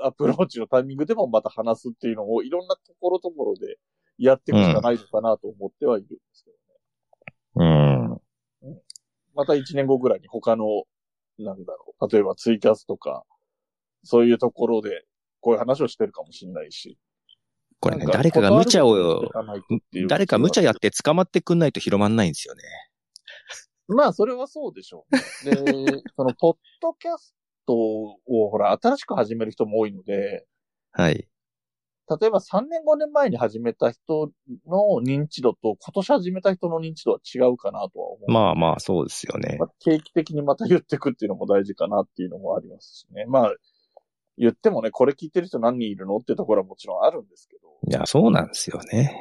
S1: アプローチのタイミングでもまた話すっていうのをいろんなところところでやっていくしかないのかなと思ってはいるんですけど、
S2: うん。
S1: また1年後ぐらいに他の、なんだろう、例えばツイキャスとか、そういうところでこういう話をしてるかもしれないし。
S2: これね、
S1: なん
S2: 誰かが無茶
S1: 断る
S2: を
S1: こ、としていかないっていう
S2: 誰か無茶やって捕まってくんないと広まんないんですよね。
S1: まあ、それはそうでしょう、ね。で、その、ポッドキャストを、ほら、新しく始める人も多いので、
S2: はい。
S1: 例えば3年5年前に始めた人の認知度と、今年始めた人の認知度は違うかなとは思う。
S2: まあまあ、そうですよね
S1: ま。あ定期的にまた言っていくっていうのも大事かなっていうのもありますしね。まあ、言ってもね、これ聞いてる人何人いるのってところはもちろんあるんですけど、
S2: いや、そうなんですよね。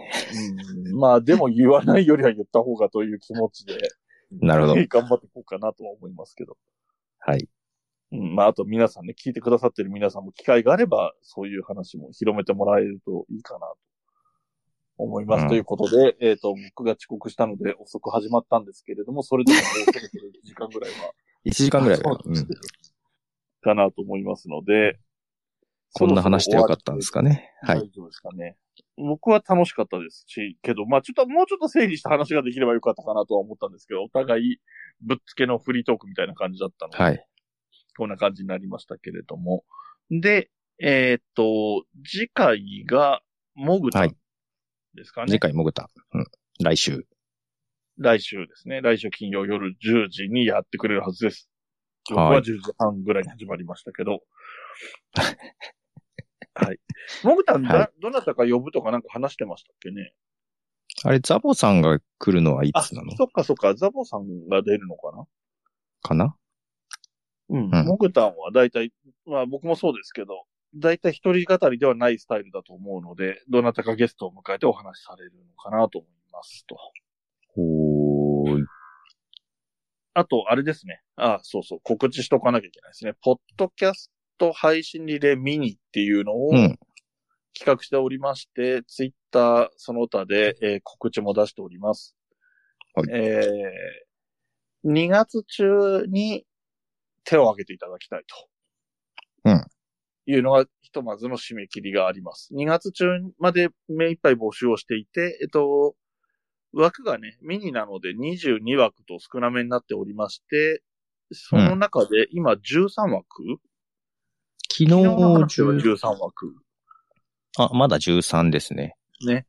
S1: うんまあ、でも言わないよりは言った方がという気持ちで、
S2: なるほど
S1: 頑張っていこうかなとは思いますけど。
S2: はい。
S1: うん、まあ、あと皆さんね、聞いてくださってる皆さんも機会があれば、そういう話も広めてもらえるといいかなと思います。
S2: うん
S1: ということで、えっ、と、僕が遅刻したので遅く始まったんですけれども、それでももうそろそろ1時間ぐらいは。
S2: 1時間ぐらい は。
S1: そう
S2: う
S1: です
S2: ん
S1: ねかなと思いますので。
S2: こんな話でよかったんですかね。
S1: そ
S2: は
S1: ろ
S2: い
S1: そろ。終わりで。大丈夫ですかね。僕は楽しかったですし、けど、まあちょっと、もうちょっと整理した話ができればよかったかなとは思ったんですけど、お互いぶっつけのフリートークみたいな感じだったので、
S2: はい。
S1: こんな感じになりましたけれども。で、えーっと、次回が、モグタ
S2: は
S1: ン
S2: い
S1: ですかね、
S2: 次回、もぐた。うん。来週。
S1: 来週ですね。来週金曜夜10時にやってくれるはずです。僕
S2: はい
S1: は10時半ぐらいに始まりましたけ ど。はい。モグタンだ、
S2: は
S1: どなたか呼ぶとかなんか話してましたっけね
S2: あれ、ザボさんが来るのはいつなの
S1: そっかそっか、ザボさんが出るのかな
S2: かな
S1: うん
S2: うん。
S1: モグタンは大体、まあ僕もそうですけど、大体一人語りではないスタイルだと思うので、どなたかゲストを迎えてお話しされるのかなと思いますと。
S2: ほー。
S1: あと、あれですね。あそうそう。告知しとかなきゃいけないですね。ポッドキャスト配信リレーミニっていうのを
S2: う
S1: 企
S2: ん。
S1: 画しておりまして、ツイッターその他で、えー告知も出しております。
S2: はい
S1: えー、2月中に手を挙げていただきたいと。
S2: うん。
S1: いうのが、ひとまずの締め切りがあります。2月中まで目いっぱい募集をしていて、えっと、枠がね、ミニなので22枠と少なめになっておりまして、その中で今13枠、
S2: 昨日
S1: 昨日の話では
S2: 10
S1: 13枠。
S2: あ、まだ13ですね。
S1: ね。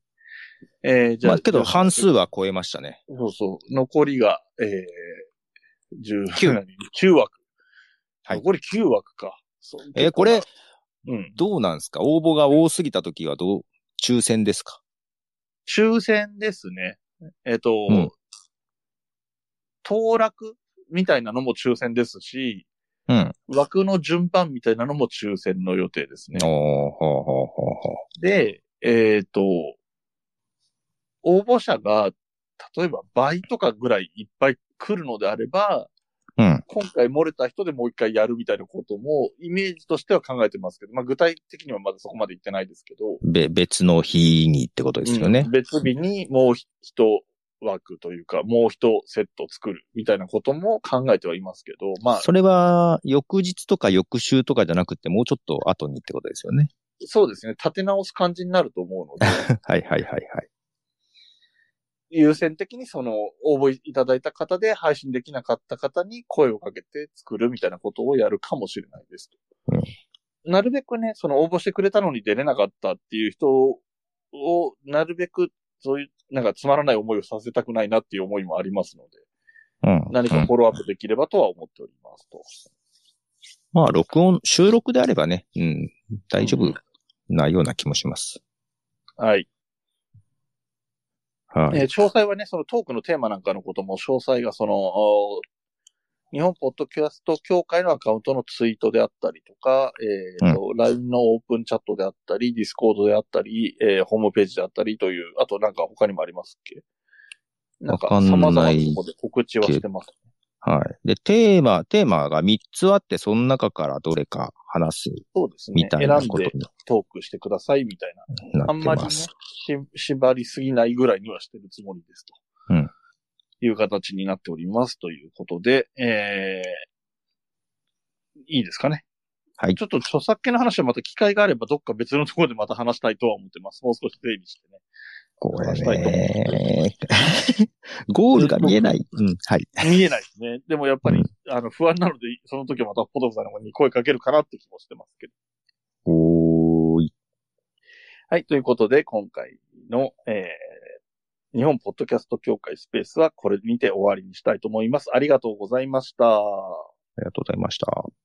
S1: えーじゃあ、
S2: まあ、けど半数
S1: は。
S2: は超えましたね。
S1: そうそう。残りが、えー、19
S2: 九、
S1: 9枠。
S2: はい
S1: 残り9枠か。そう
S2: えーこれ、
S1: うん。
S2: どうなんですか応募が多すぎた時はどう、抽選ですか
S1: 抽選ですね。えっ、と、
S2: うん
S1: 当落みたいなのも抽選ですし、
S2: うん。
S1: 枠の順番みたいなのも抽選の予定ですね
S2: おー、。ほうほうほうほう。
S1: で、えっ、と、応募者が、例えば倍とかぐらいいっぱい来るのであれば、
S2: うん
S1: 今回漏れた人でもう一回やるみたいなことも、イメージとしては考えてますけど、まあ具体的にはまだそこまでいってないですけど、
S2: べ、別の日にってことですよね
S1: うん。別日にもうひ一枠というか、もう一セット作るみたいなことも考えてはいますけど、まあ、
S2: それは、翌日とか翌週とかじゃなくて、もうちょっと後にってことですよね。
S1: そうですね、立て直す感じになると思うので、
S2: はいはいはいはい。
S1: 優先的にその応募いただいた方で配信できなかった方に声をかけて作るみたいなことをやるかもしれないですと。なるべくね、その応募してくれたのに出れなかったっていう人を、なるべくそういう、なんかつまらない思いをさせたくないなっていう思いもありますので、
S2: うん。
S1: 何かフォローアップできればとは思っておりますと。
S2: まあ、録音、収録であればね、うん、大丈
S1: う
S2: 夫
S1: ん
S2: なような気もします。
S1: はい。
S2: はい。
S1: えー詳細はね、そのトークのテーマなんかのことも、詳細がその、お日本ポッドキャスト協会のアカウントのツイートであったりとか、えーと、LINE のオープンチャットであったり、ディスコードであったり、えーホームページであったりという、あとなんか他にもありますっけなんか、
S2: わかんない
S1: 様々なとこで告知はしてます。
S2: はい。で、テーマ、テーマが3つあって、その中からどれか話す
S1: そうですね。
S2: みたいな
S1: 選ん
S2: こと
S1: で
S2: に
S1: トークしてくださいみたいな。
S2: な
S1: あんま
S2: って
S1: りね、
S2: ます
S1: し。縛りすぎないぐらいにはしてるつもりですと。
S2: うん
S1: いう形になっておりますということで、えー、いいですかね。
S2: はい
S1: ちょっと著作権の話はまた機会があればどっか別のところでまた話したいとは思ってます。もう少し整理して ね。
S2: これ
S1: 話したいと思
S2: ね。 ゴールが見えない。うん、はい。
S1: 見えないですね。でもやっぱり、
S2: う
S1: あの、不安なので、その時はまたポトフさんの方に声かけるかなって気もしてますけど。
S2: おーい。
S1: はい、ということで、今回の、えー、日本ポッドキャスト協会スペースはこれにて終わりにしたいと思います。ありがとうございました。
S2: ありがとうございました。